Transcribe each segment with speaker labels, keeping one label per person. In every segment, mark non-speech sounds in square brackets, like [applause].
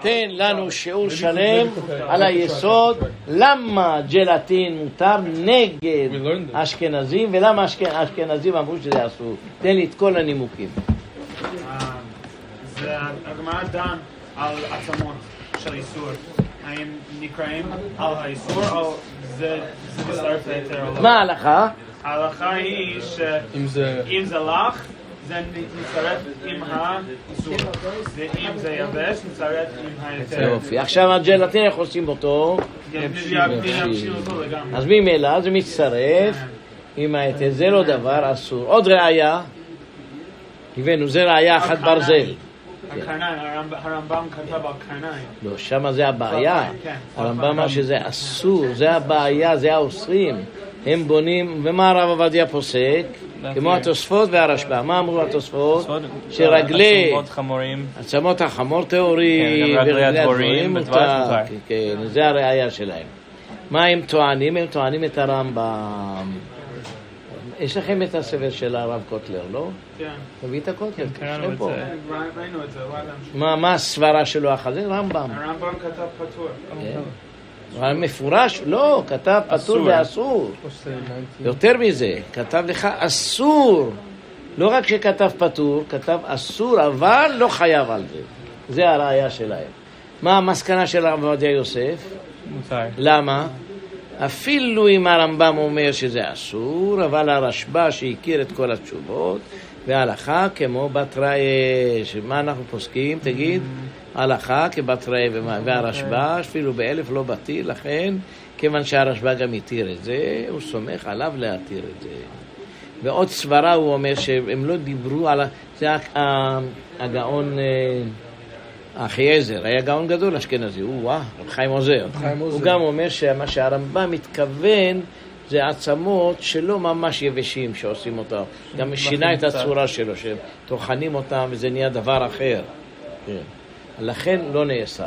Speaker 1: תן לנו שיעור שלם על היסוד למה ג'לטין מותר נגד אשכנזים ולמה אשכנזים אמרו שזה אסור. תן לי את כל הנימוקים.
Speaker 2: אה, זה הגמרא דן על עצמות של איסור. האם נקראים על האיסור או זה מצטרף להיתר או לא?
Speaker 1: מה ההלכה?
Speaker 2: ההלכה היא שאם זה לך, זה מצטרף עם האיסור. ואם זה יבש, מצטרף עם ההיתר.
Speaker 1: יופי. עכשיו הג'לטין, איך עושים אותו?
Speaker 2: יבשיל אותו לגמרי.
Speaker 1: אז ממילא זה מצטרף עם ההיתר. זה לא דבר אסור. עוד ראיה, הבאנו, זה ראיה אחת ברזל.
Speaker 2: הקרניים, הרמב"ם כתב על קרניים.
Speaker 1: לא, שמה זה הבעיה.
Speaker 2: כן.
Speaker 1: הרמב"ם אמר שזה אסור, זה הבעיה, זה האוסרים. הם בונים, ומה הרב עובדיה פוסק? כמו התוספות והרשב"א. מה אמרו התוספות? שרגלי
Speaker 3: עצמות לא, חמורים.
Speaker 1: עצמות החמור טהורים,
Speaker 3: כן, גם רגלי
Speaker 1: ורגלי
Speaker 3: הדבורים,
Speaker 1: הדבורים
Speaker 3: בדבש
Speaker 1: מותר.
Speaker 3: מותר.
Speaker 1: כן, כן, זה הראייה שלהם. מה הם טוענים? הם טוענים את הרמב"ם. יש לכם את הספר של הרב קוטלר, לא?
Speaker 2: כן.
Speaker 1: תביא את הקוטלר,
Speaker 3: קראנו
Speaker 1: תשב
Speaker 3: את
Speaker 1: פה.
Speaker 3: זה.
Speaker 2: ראינו את זה, לא אדם ש...
Speaker 1: מה מה הסברה שלו אחת? זה רמב"ם.
Speaker 2: הרמב"ם כתב פטור.
Speaker 1: אבל מפורש, לא, כתב פטור
Speaker 3: אסור.
Speaker 1: ואסור. יותר מזה, כתב לך אסור. לא רק שכתב פטור, כתב אסור, אבל לא חייב על זה. זה הראייה שלהם. מה המסקנה של הרב עובדיה יוסף?
Speaker 3: מותר.
Speaker 1: למה? אפילו אם הרמב"ם אומר שזה אסור, אבל הרשב"א שהכיר את כל התשובות, והלכה כמו בתראי, שמה אנחנו פוסקים? תגיד, הלכה כבתראי והרשב"א, אפילו באלף לא בתיר, לכן, כיוון שהרשב"א גם התיר את זה, הוא סומך עליו להתיר את זה. ועוד סברה הוא אומר שהם לא דיברו על... ה- זה ה- ה- הגאון... אה, אחיעזר היה גאון גדול אשכנזי, הוא וואה, רב חיים עוזר. הוא גם אומר שמה שהרמב"ם מתכוון זה עצמות שלא ממש יבשים שעושים אותם. גם שינה את הצורה שלו, שטוחנים אותם וזה נהיה דבר אחר. כן. לכן לא נאסר.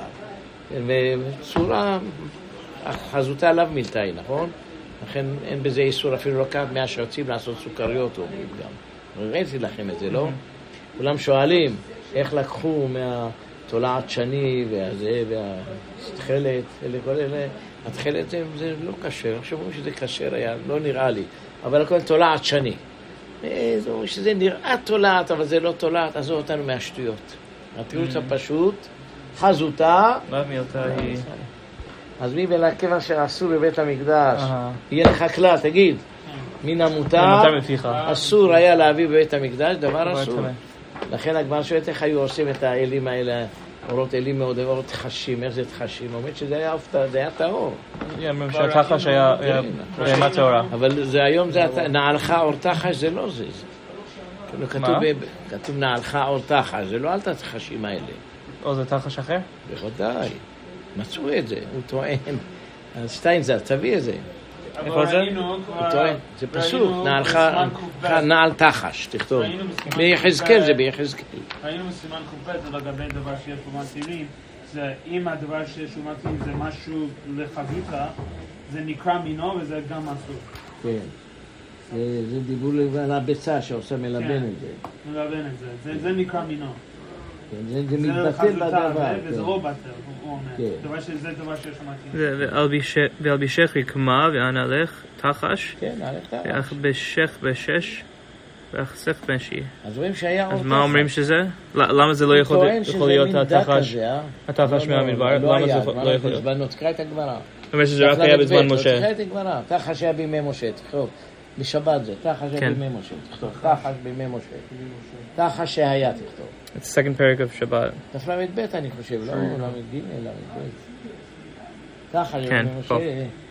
Speaker 1: וצורה, חזותה עליו מילתאי, נכון? לכן אין בזה איסור אפילו לא לקחת מהשרצים לעשות סוכריות, אומרים גם. הראיתי לכם את זה, לא? כולם שואלים איך לקחו מהתולעת שני והזה והתכלת, אלה כל אלה. התכלת זה, זה לא כשר, עכשיו אומרים שזה כשר היה, לא נראה לי, אבל הכל תולעת שני. אה, זה אומרים שזה נראה תולעת, אבל זה לא תולעת, עזוב אותנו מהשטויות. התירוץ הפשוט, חזותה,
Speaker 3: מה מיותר היא?
Speaker 1: אז מי בין הקבע שעשו בבית המקדש,
Speaker 3: אהה.
Speaker 1: יהיה לך כלל, תגיד, מן המותר,
Speaker 3: מותר מפיך.
Speaker 1: אסור היה להביא בבית המקדש, דבר
Speaker 3: דבר
Speaker 1: אסור.
Speaker 3: טמא.
Speaker 1: לכן הגמרא שואלת איך היו עושים את האלים האלה, אורות אלים מאוד, אורות חשים, איך זה תחשים? אומרת שזה היה הפתעה, זה היה טהור.
Speaker 3: היא אומרת שהתחש היה היה בהמה טהורה.
Speaker 1: אבל זה היום, זה הת- נעלך אור תחש, זה לא זה. זה. כאילו, כתוב
Speaker 3: מה?
Speaker 1: ב- כתוב נעלך אור תחש, זה לא על התחשים האלה.
Speaker 3: או זה תחש אחר?
Speaker 1: בוודאי, מצאו את זה, הוא טוען. אז שטיינזר, תביא את זה.
Speaker 3: איפה זה?
Speaker 2: אה,
Speaker 1: הוא טוען, זה פסוק, נעלך, נעל תחש, תכתוב. ביחזקאל זה ביחזקאל.
Speaker 2: ראינו בסימן ק"ב לגבי דבר שיש בו מתירים, זה אם הדבר שיש בו מתירים זה משהו לחזיתה, זה נקרא מינו וזה גם אסור.
Speaker 1: כן. זה זה דיבור על הביצה שעושה מלבן
Speaker 2: כן.
Speaker 1: את זה.
Speaker 2: נלבן את זה, זה, זה נקרא מינו.
Speaker 1: כן, זה זה
Speaker 2: זה
Speaker 1: מתבטל
Speaker 2: חזיתה,
Speaker 1: בדבר.
Speaker 2: ו- וזה
Speaker 1: כן.
Speaker 2: לא בטל, הוא- הוא אומר.
Speaker 1: כן.
Speaker 2: דבר שזה דבר שיש בו מתירים.
Speaker 3: והלבישך רקמה וענלך תחש,
Speaker 1: כן, על התחש.
Speaker 3: ואכבשך בשש, ואחסך בשי.
Speaker 1: אז רואים שהיה
Speaker 3: אז
Speaker 1: עוד
Speaker 3: מה
Speaker 1: אה, תחש.
Speaker 3: אומרים שזה? ל- למה זה לא
Speaker 1: הוא
Speaker 3: יכול
Speaker 1: טוען
Speaker 3: יכול
Speaker 1: שזה
Speaker 3: להיות
Speaker 1: מין דת
Speaker 3: התחש?
Speaker 1: כזה, אה?
Speaker 3: התחש
Speaker 1: לא, לא,
Speaker 3: מהמדבר?
Speaker 1: לא
Speaker 3: למה
Speaker 1: היה,
Speaker 3: זה
Speaker 1: הגמרא
Speaker 3: לא יכול
Speaker 1: בזמנו,
Speaker 3: להיות?
Speaker 1: תקרא את הגמרא.
Speaker 3: זאת אומרת שזה רק
Speaker 1: תקרא
Speaker 3: היה
Speaker 1: את
Speaker 3: בזמן
Speaker 1: ב', אוקיי.
Speaker 3: משה.
Speaker 1: תקרא את הגמרא, תחש היה בימי משה, תכתוב. בשבת זה, תחש היה
Speaker 3: כן.
Speaker 1: בימי משה, תכתוב. תחש בימי משה. תחש שהיה, תכתוב.
Speaker 3: It's the second paragraph of Shabbat.
Speaker 1: דף ל"ב אני חושב, לא ל"ג, ל"ב. תחש
Speaker 3: כן,
Speaker 1: בימי
Speaker 3: פה.
Speaker 1: משה,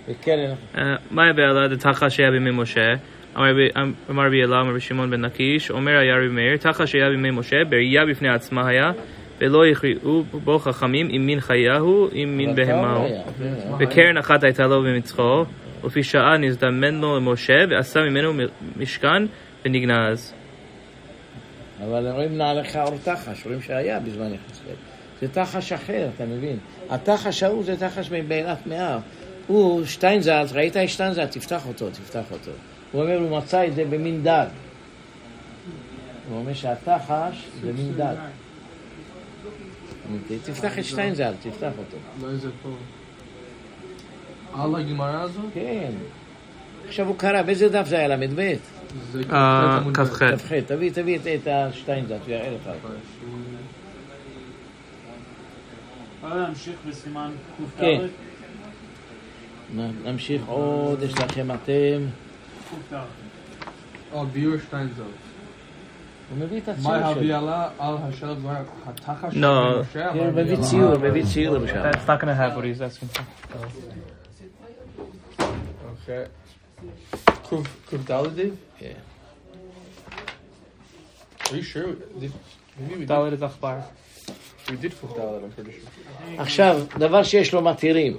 Speaker 1: וקרן.
Speaker 3: אה, מה הבעלה דתחש היה בימי משה? אמר רבי- אמר רבי אלה, אמר רבי שמעון בן לקיש, אומר היה רבי מאיר, תחש היה בימי משה, בראייה בפני עצמה היה, ולא יכריעו בו חכמים אם מין חיה הוא, אם מין
Speaker 1: אבל
Speaker 3: בהמה
Speaker 1: טהור
Speaker 3: הוא.
Speaker 1: היה, כן.
Speaker 3: וקרן אחת הייתה לו במצחו, ולפי שעה נזדמן לו למשה, ועשה ממנו מ- משכן, ונגנז.
Speaker 1: אבל רואים נעליך אור תחש, רואים שהיה בזמן יחזקאל. זה תחש אחר, אתה מבין? התחש ההוא זה תחש מבעלת מאב. הוא, שטיינזלץ, ראית את שטיינזלץ, תפתח אותו, תפתח אותו. הוא אומר, הוא מצא את זה במין דג. הוא אומר שהתחש זה מין דג. תפתח את שטיינזל, תפתח אותו.
Speaker 4: לא איזה פה. על הגמרא הזאת?
Speaker 1: כן. עכשיו הוא קרא, באיזה דף זה היה? ל"ב?
Speaker 4: זה
Speaker 3: אה,
Speaker 4: עמוד ב'.
Speaker 3: כ"ח.
Speaker 1: כ"ח, תביא, תביא את- את השטיינזל, שיראה לך. אותו.
Speaker 2: אפשר להמשיך בסימן ק"ד?
Speaker 1: כן. נ- נמשיך עוד, יש לכם אתם.
Speaker 2: ק"ד.
Speaker 4: אה, ביור שטיינזל.
Speaker 1: הוא מביא את
Speaker 4: מה
Speaker 1: הציור שלו.
Speaker 4: הביא עלה על השלט ועל התחת של
Speaker 3: לא.
Speaker 4: משה?
Speaker 1: כן,
Speaker 4: אבל
Speaker 1: הוא מביא
Speaker 4: הביא
Speaker 1: ציור,
Speaker 4: עלה-
Speaker 1: מביא ציור למשל.
Speaker 3: That's not gonna have what he's asking for.
Speaker 4: אוקיי. ק"ד? Are
Speaker 1: כן.
Speaker 4: you sure? Did- maybe we did-
Speaker 3: Dalit is Akbar.
Speaker 4: we did ק"ד, I'm pretty sure.
Speaker 1: עכשיו, דבר שיש לו מתירים,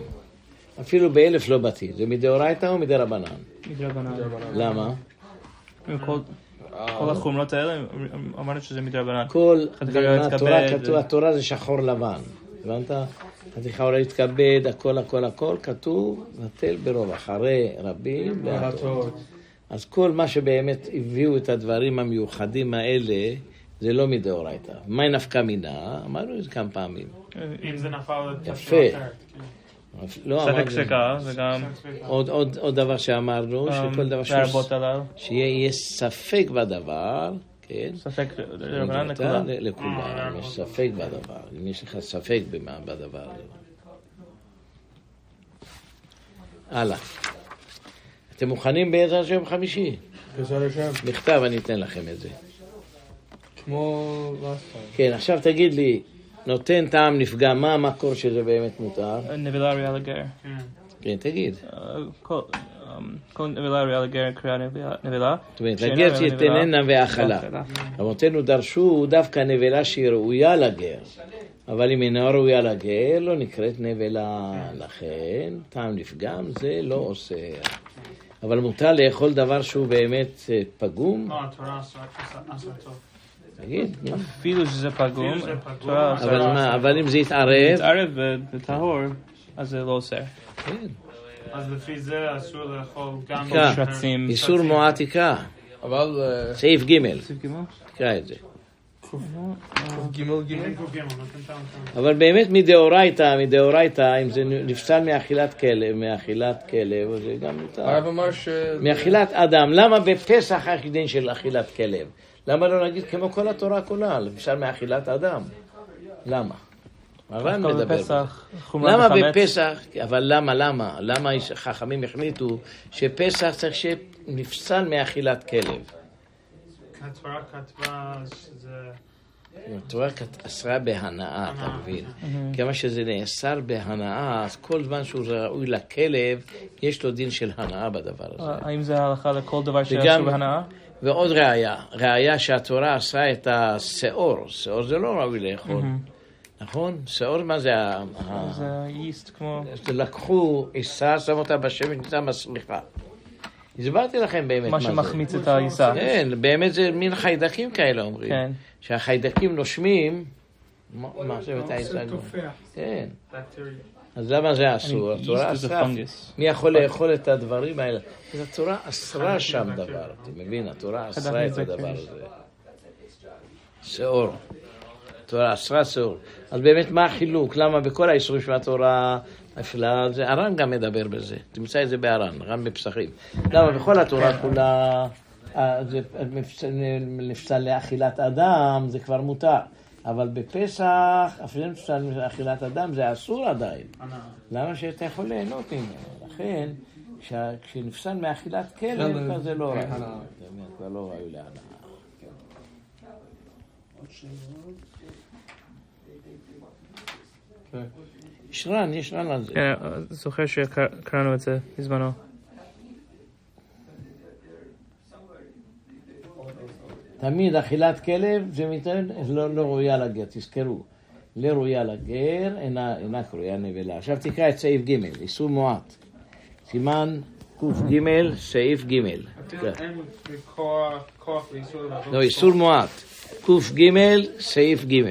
Speaker 1: אפילו באלף לא בתיר, זה מדאורייתא או מדרבנן? למה?
Speaker 3: כל החומרות האלה, אמרנו שזה מדרבנן.
Speaker 1: כל
Speaker 3: חתיכה אורייתא
Speaker 1: התורה
Speaker 3: כבד.
Speaker 1: כתוב, התורה זה שחור לבן, הבנת? חתיכה אולי להתכבד, הכל הכל הכל, כתוב, בטל ברוב, אחרי רבים והטוב.
Speaker 4: טוב.
Speaker 1: אז כל מה שבאמת הביאו את הדברים המיוחדים האלה, זה לא מדאורייתא. מהי נפקא מינה? אמרנו את זה כמה פעמים.
Speaker 2: אם זה כן, נפל על
Speaker 1: יפה. לא
Speaker 3: סדק
Speaker 1: אמרנו...
Speaker 3: שקה, וגם
Speaker 2: כן,
Speaker 1: עוד, עוד, עוד דבר שאמרנו,
Speaker 3: אה,
Speaker 1: שכל דבר שהוא-
Speaker 3: אמ, להרבות עליו.
Speaker 1: שיהיה יהיה ספק בדבר, כן?
Speaker 3: ספק דרבנן נקודה. אה,
Speaker 1: ל- לכולם, יש ספק בדבר, אם יש לך ספק במה- בדבר. לא. הלאה. אתם מוכנים בעזרת השם חמישי?
Speaker 4: בעזרת השם.
Speaker 1: בכתב אני אתן לכם את זה.
Speaker 4: כמו last time.
Speaker 1: כן, עכשיו תגיד לי, נותן טעם נפגע, מה המקור שזה באמת מותר?
Speaker 3: נבלה ראויה לגר.
Speaker 1: כן, תגיד.
Speaker 3: אה, כל אמ, כל נבלה ראויה לגר קריאה נבלה- נבלה.
Speaker 1: זאת אומרת,
Speaker 3: שאינה
Speaker 1: לגר
Speaker 3: ראויה לנבלה,
Speaker 1: שתננה והאכלה.
Speaker 3: והאכלה.
Speaker 1: רבותינו דרשו דווקא נבלה שהיא ראויה לגר, אבל אם אינה ראויה לגר, לא נקראת נבלה. לכן, טעם לפגם זה לא אוסר. אבל מותר לאכול דבר שהוא באמת אה, פגום?
Speaker 2: לא, התורה עשרה עשרה טוב.
Speaker 1: תגיד, נו.
Speaker 3: אפילו שזה פגום,
Speaker 2: אפילו שזה פגום,
Speaker 3: תורה
Speaker 1: אבל כן.
Speaker 3: עושה-
Speaker 1: מה, אבל אם זה יתערב,
Speaker 3: מתערב בטהור, אז זה לא עושה.
Speaker 1: כן.
Speaker 2: אז לפי זה אסור לאכול גם...
Speaker 1: תקרא.
Speaker 3: שרצים.
Speaker 1: איסור מועט תקרא,
Speaker 4: אבל אה,
Speaker 1: סעיף ג',
Speaker 3: סעיף ג'?
Speaker 1: תקרא את זה.
Speaker 4: ק"ג ג'
Speaker 2: אין ק"ג, נותן טעם טעם.
Speaker 1: אבל באמת מדאורייתא, מדאורייתא, אם זה נפסל מאכילת כלב, מאכילת כלב, אז זה גם מותר.
Speaker 4: הרב אמר ש...
Speaker 1: מאכילת אדם, למה בפסח יש דין של אכילת כלב? למה לא נגיד כמו כל התורה כולה, למשל מאכילת אדם? למה? הר"ן
Speaker 3: דווקא
Speaker 1: מדבר.
Speaker 3: בפסח, חומרה
Speaker 1: למה
Speaker 3: בחמץ.
Speaker 1: בפסח, אבל למה, למה, למה חכמים החליטו שפסח צריך שיהיה נפסל מאכילת כלב?
Speaker 2: התורה כתבה שזה...
Speaker 1: התורה כת- אסרה בהנאה, אתה מבין? כמה שזה נאסר בהנאה, אז כל זמן שהוא ראוי לכלב, יש לו דין של הנאה בדבר הזה.
Speaker 3: אה, האם זה ההלכה לכל דבר
Speaker 1: וגם-
Speaker 3: שעשו בהנאה?
Speaker 1: ועוד ראיה, ראיה שהתורה עשה את השאור, שאור זה לא ראוי לאכול, נכון? שאור מה זה? ה- ה-
Speaker 3: זה יסט כמו...
Speaker 1: לקחו עיסה, שמו אותה בשמש, נמצא מסמיכה. הסברתי לכם באמת
Speaker 3: מה
Speaker 1: מה זה.
Speaker 3: שמחמיץ את העיסה.
Speaker 1: כן, באמת זה מין חיידקים כאלה אומרים.
Speaker 3: כן.
Speaker 1: שהחיידקים נושמים, מה מה זה את העיסה? כן.
Speaker 2: בקטריה.
Speaker 1: אז למה זה אסור?
Speaker 3: אני-
Speaker 1: התורה
Speaker 3: yeast is a
Speaker 1: אסרה.
Speaker 3: fungus.
Speaker 1: מי יכול לאכול את הדברים האלה? אז התורה אסרה שם דבר, אתה מבין? התורה אסרה את
Speaker 3: מזה,
Speaker 1: הדבר
Speaker 3: כן.
Speaker 1: הזה. שאור. התורה אסרה שאור. אז באמת, מה החילוק? למה בכל האיסורים של התורה... אפלה, זה הר"ן גם מדבר בזה, תמצא את זה בהר"ן, הר"ן בפסחים. למה בכל התורה כולה, אה, זה מפס- נפסל לאכילת אדם, זה כבר מותר. אבל בפסח, אפילו נפסל לאכילת אדם, זה אסור עדיין.
Speaker 2: אה,
Speaker 1: למה שאתה יכול ליהנות ממנו? לכן, כשה- כשנפסל מאכילת כלב,
Speaker 4: כלב.
Speaker 1: כבר זה לא
Speaker 4: כן,
Speaker 1: ראוי.
Speaker 4: הנאה.
Speaker 1: זה אומר, כבר לא ראוי להנאה.
Speaker 4: כן.
Speaker 1: יש ר"ן, יש ר"ן על זה.
Speaker 3: כן, זוכר שקראנו את זה בזמנו.
Speaker 1: תמיד אכילת כלב זה מתאר, לא, לא ראויה לגר, תזכרו. לא ראויה לגר, אינה, אינה קרויה נבלה. עכשיו תקרא את סעיף ג', איסור מועט. סימן קג, סעיף ג'. תקרא.
Speaker 2: כן, אין כוח- כוח לאיסור לעבור.
Speaker 1: כן. לא, איסור מועט. קג, סעיף ג'.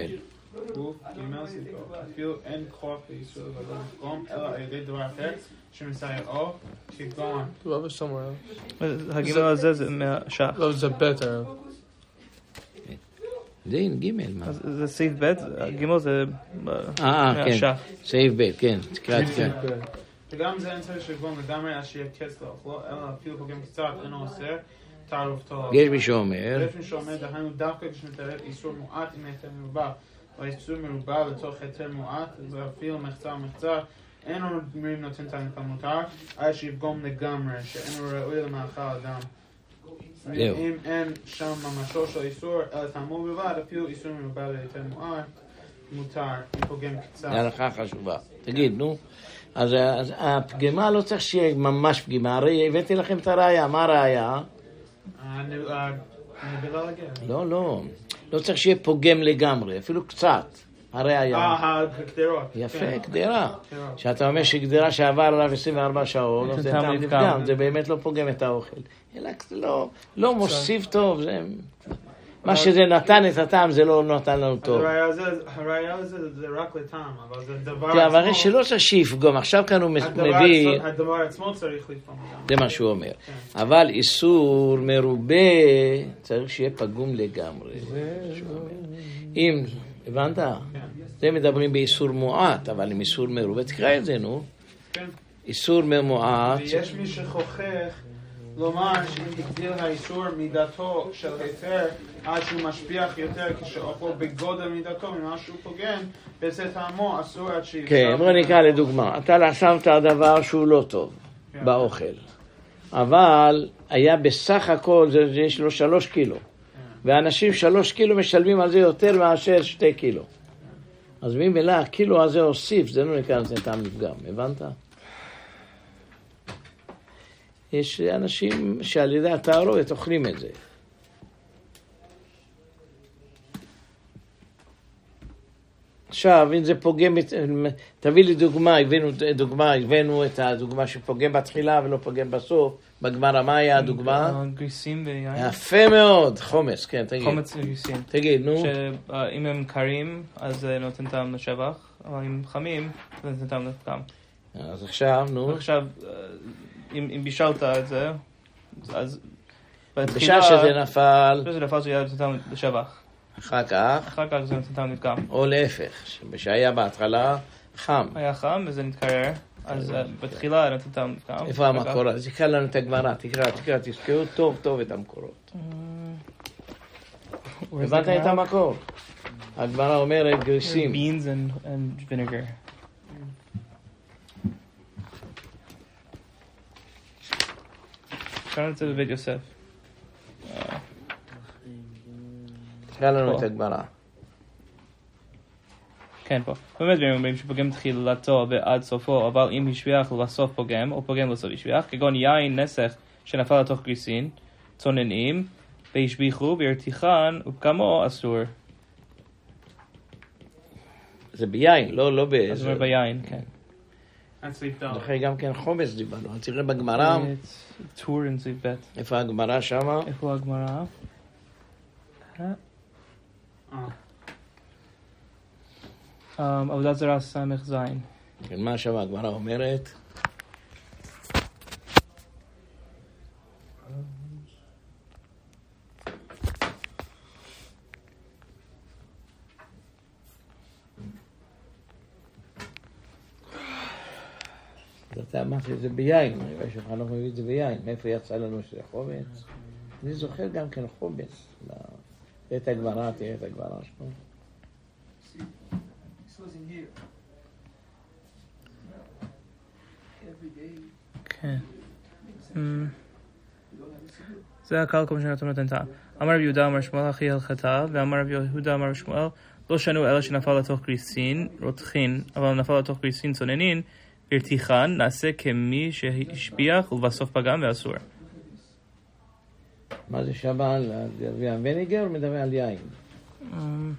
Speaker 2: גוף, גימל, סיפור. אפילו אין כוח לאיסור לעבור מקום, אלא על ידי דבר אחר שמסייעו, כגון.
Speaker 4: טוב, לא, אבל לא, somewhere else.
Speaker 3: הגימל הזה זה מהשח.
Speaker 4: לא, זה ב' הרב.
Speaker 1: זה עם ג' מה?
Speaker 3: אז זה סעיף ב', ג' זה...
Speaker 1: אה,
Speaker 3: אה,
Speaker 1: כן,
Speaker 3: שעה.
Speaker 1: סעיף ב', כן, תקרא, תקרא.
Speaker 2: וגם זה אין צריך שגבום לגמרי עד שיהיה קץ לאוכלו, אלא אפילו פוגם קצת אינו אוסר, תערובתו.
Speaker 1: יש מי שאומר,
Speaker 2: יש מי שאומר, דהיינו דווקא כשמתערב איסור מועט עם היתר מרובע, או איסור מרובע לצורך היתר מועט, ואפילו מחצה ומחצה, אין אומרים נותן טעם כמותר, עד שיפגום לגמרי, שאינו ראוי למאכל אדם.
Speaker 1: זהו.
Speaker 2: אם אין שם ממשו של איסור, אלא טעמו בלבד, אפילו איסור מרובע להיתר מועט, מותר, אם פוגם
Speaker 1: זו
Speaker 2: קצת.
Speaker 1: הלכה חשובה. תגיד, נו. אז אז הפגימה לא צריך שיהיה ממש פגימה, הרי הבאתי לכם את הראייה, מה הראייה?
Speaker 2: הנבילה לגמרי.
Speaker 1: לא, לא. לא צריך שיהיה פוגם לגמרי, אפילו קצת. הראייה.
Speaker 2: אה, הגדרות.
Speaker 1: יפה,
Speaker 2: כן.
Speaker 1: גדרה.
Speaker 2: גדרה.
Speaker 1: כשאתה אומר שגדרה שעבר עליו 24 שעות,
Speaker 3: נותן
Speaker 1: נותן
Speaker 3: טעם
Speaker 1: טעם
Speaker 3: לפגם.
Speaker 1: לפגם, זה באמת לא פוגם את האוכל. אלא לא- לא מוסיף טוב, זה... מה שזה נתן את הטעם, זה לא נתן לנו טוב.
Speaker 2: הראיה הזה- הראיה הזה זה רק לטעם, אבל זה דבר
Speaker 1: כן,
Speaker 2: עצמו.
Speaker 1: אבל הרי שלא צריך שיפגום, עכשיו כאן הוא
Speaker 2: הדבר
Speaker 1: מביא...
Speaker 2: עצמו- הדבר עצמו צריך לפעמים גם.
Speaker 1: זה מה שהוא אומר. אבל איסור מרובה צריך שיהיה פגום לגמרי. זה מה שהוא אומר. אם, הבנת?
Speaker 2: כן.
Speaker 1: זה מדברים באיסור מועט, אבל עם איסור מרובה, תקרא את זה, נו.
Speaker 2: כן.
Speaker 1: איסור מועט.
Speaker 2: ויש מי שחוכך לומר שאם הגדיל האיסור מידתו של היתר עד שהוא משפיח יותר כשאוכלו בגודל מידתו ממה שהוא פוגם, בצאת טעמו אסור עד שיפגע.
Speaker 1: כן, בוא נקרא לדוגמה. אתה לא שמת דבר שהוא לא טוב
Speaker 2: כן.
Speaker 1: באוכל, אבל היה בסך הכל, זה- זה יש לו שלוש קילו. ואנשים שלוש קילו משלמים על זה יותר מאשר שתי קילו. אז ממילא הקילו הזה הוסיף, זה לא נקרא לזה טעם לפגם, הבנת? יש אנשים שעל ידי התערובת אוכלים את זה. עכשיו, אם זה פוגם, את- תביא לי דוגמה, הבאנו דוגמה, הבאנו את הדוגמה שפוגם בתחילה ולא פוגם בסוף, בגמרא, מה היה הדוגמה? אה,
Speaker 3: גריסים ויין.
Speaker 1: יפה מאוד, חומץ, כן, תגיד.
Speaker 3: חומץ וגריסים.
Speaker 1: תגיד, נו.
Speaker 3: שאם הם קרים, אז זה נותן טעם לשבח, אבל אם חמים, זה נותן טעם לטעם.
Speaker 1: אז עכשיו, נו.
Speaker 3: ועכשיו, אה, אם אם בישלת את זה, אז...
Speaker 1: בשעה שזה נפל,
Speaker 3: בשביל שזה נפל זה היה נותן טעם לשבח.
Speaker 1: אחר כך,
Speaker 3: אחר כך זה נותן טעם לפגם.
Speaker 1: או להפך, שהיה בהתחלה חם.
Speaker 3: היה חם וזה נתקרר, אז אה, בתחילה נותן טעם לפגם.
Speaker 1: איפה המקור הזה? תקרא לנו את הגמרא, תקרא, תקרא, תזכרו טוב טוב את המקורות.
Speaker 3: אה,
Speaker 1: הבנת את המקור? הגמרא אומרת גריסים.
Speaker 3: Beans and, and vinegar. קראנו את זה בבית יוסף.
Speaker 1: תקרא לנו את הגמרא.
Speaker 3: כן, פה. באמת הם אומרים שפוגם תחילתו ועד סופו, אבל אם השביח לסוף פוגם, או פוגם לסוף השביח, כגון יין נסך שנפל לתוך גריסין, צוננים, והשביחו, והרתיחן, ופגמו אסור.
Speaker 1: זה ביין, לא לא
Speaker 3: אז
Speaker 1: באיזה...
Speaker 3: אומר ביין, כן.
Speaker 2: עד סעיף ד'.
Speaker 1: אחרי גם כן חומץ דיברנו. אז תראה בגמרא,
Speaker 3: טור עם סעיף ב'.
Speaker 1: איפה הגמרא שמה?
Speaker 3: איפה הגמרא?
Speaker 2: אה.
Speaker 3: אמ, עבודה זרה ס"ז.
Speaker 1: כן, מה שמה הגמרא אומרת? אז אתה אמרת את זה ביין, אני רואה שלך לא מביא את זה ביין, מאיפה יצא לנו שזה חומץ? אני זוכר גם כן חומץ. לא. תראה את הגמרא, תראה את הגמרא שלו.
Speaker 3: כן. אמ, זה הקל כמו שנתון נותן טעם. אמר רבי יהודה אמר שמואל אחי אל חטא, ואמר רבי יהודה אמר שמואל לא שנו אלא שנפל לתוך גריסין, רותחין, אבל נפל לתוך גריסין צוננין, והרתיחן, נעשה כמי שהשביח ובסוף פגם ואסור.
Speaker 1: מה זה שמה על הגביע וניגר, מדבר על יין.
Speaker 3: אמ,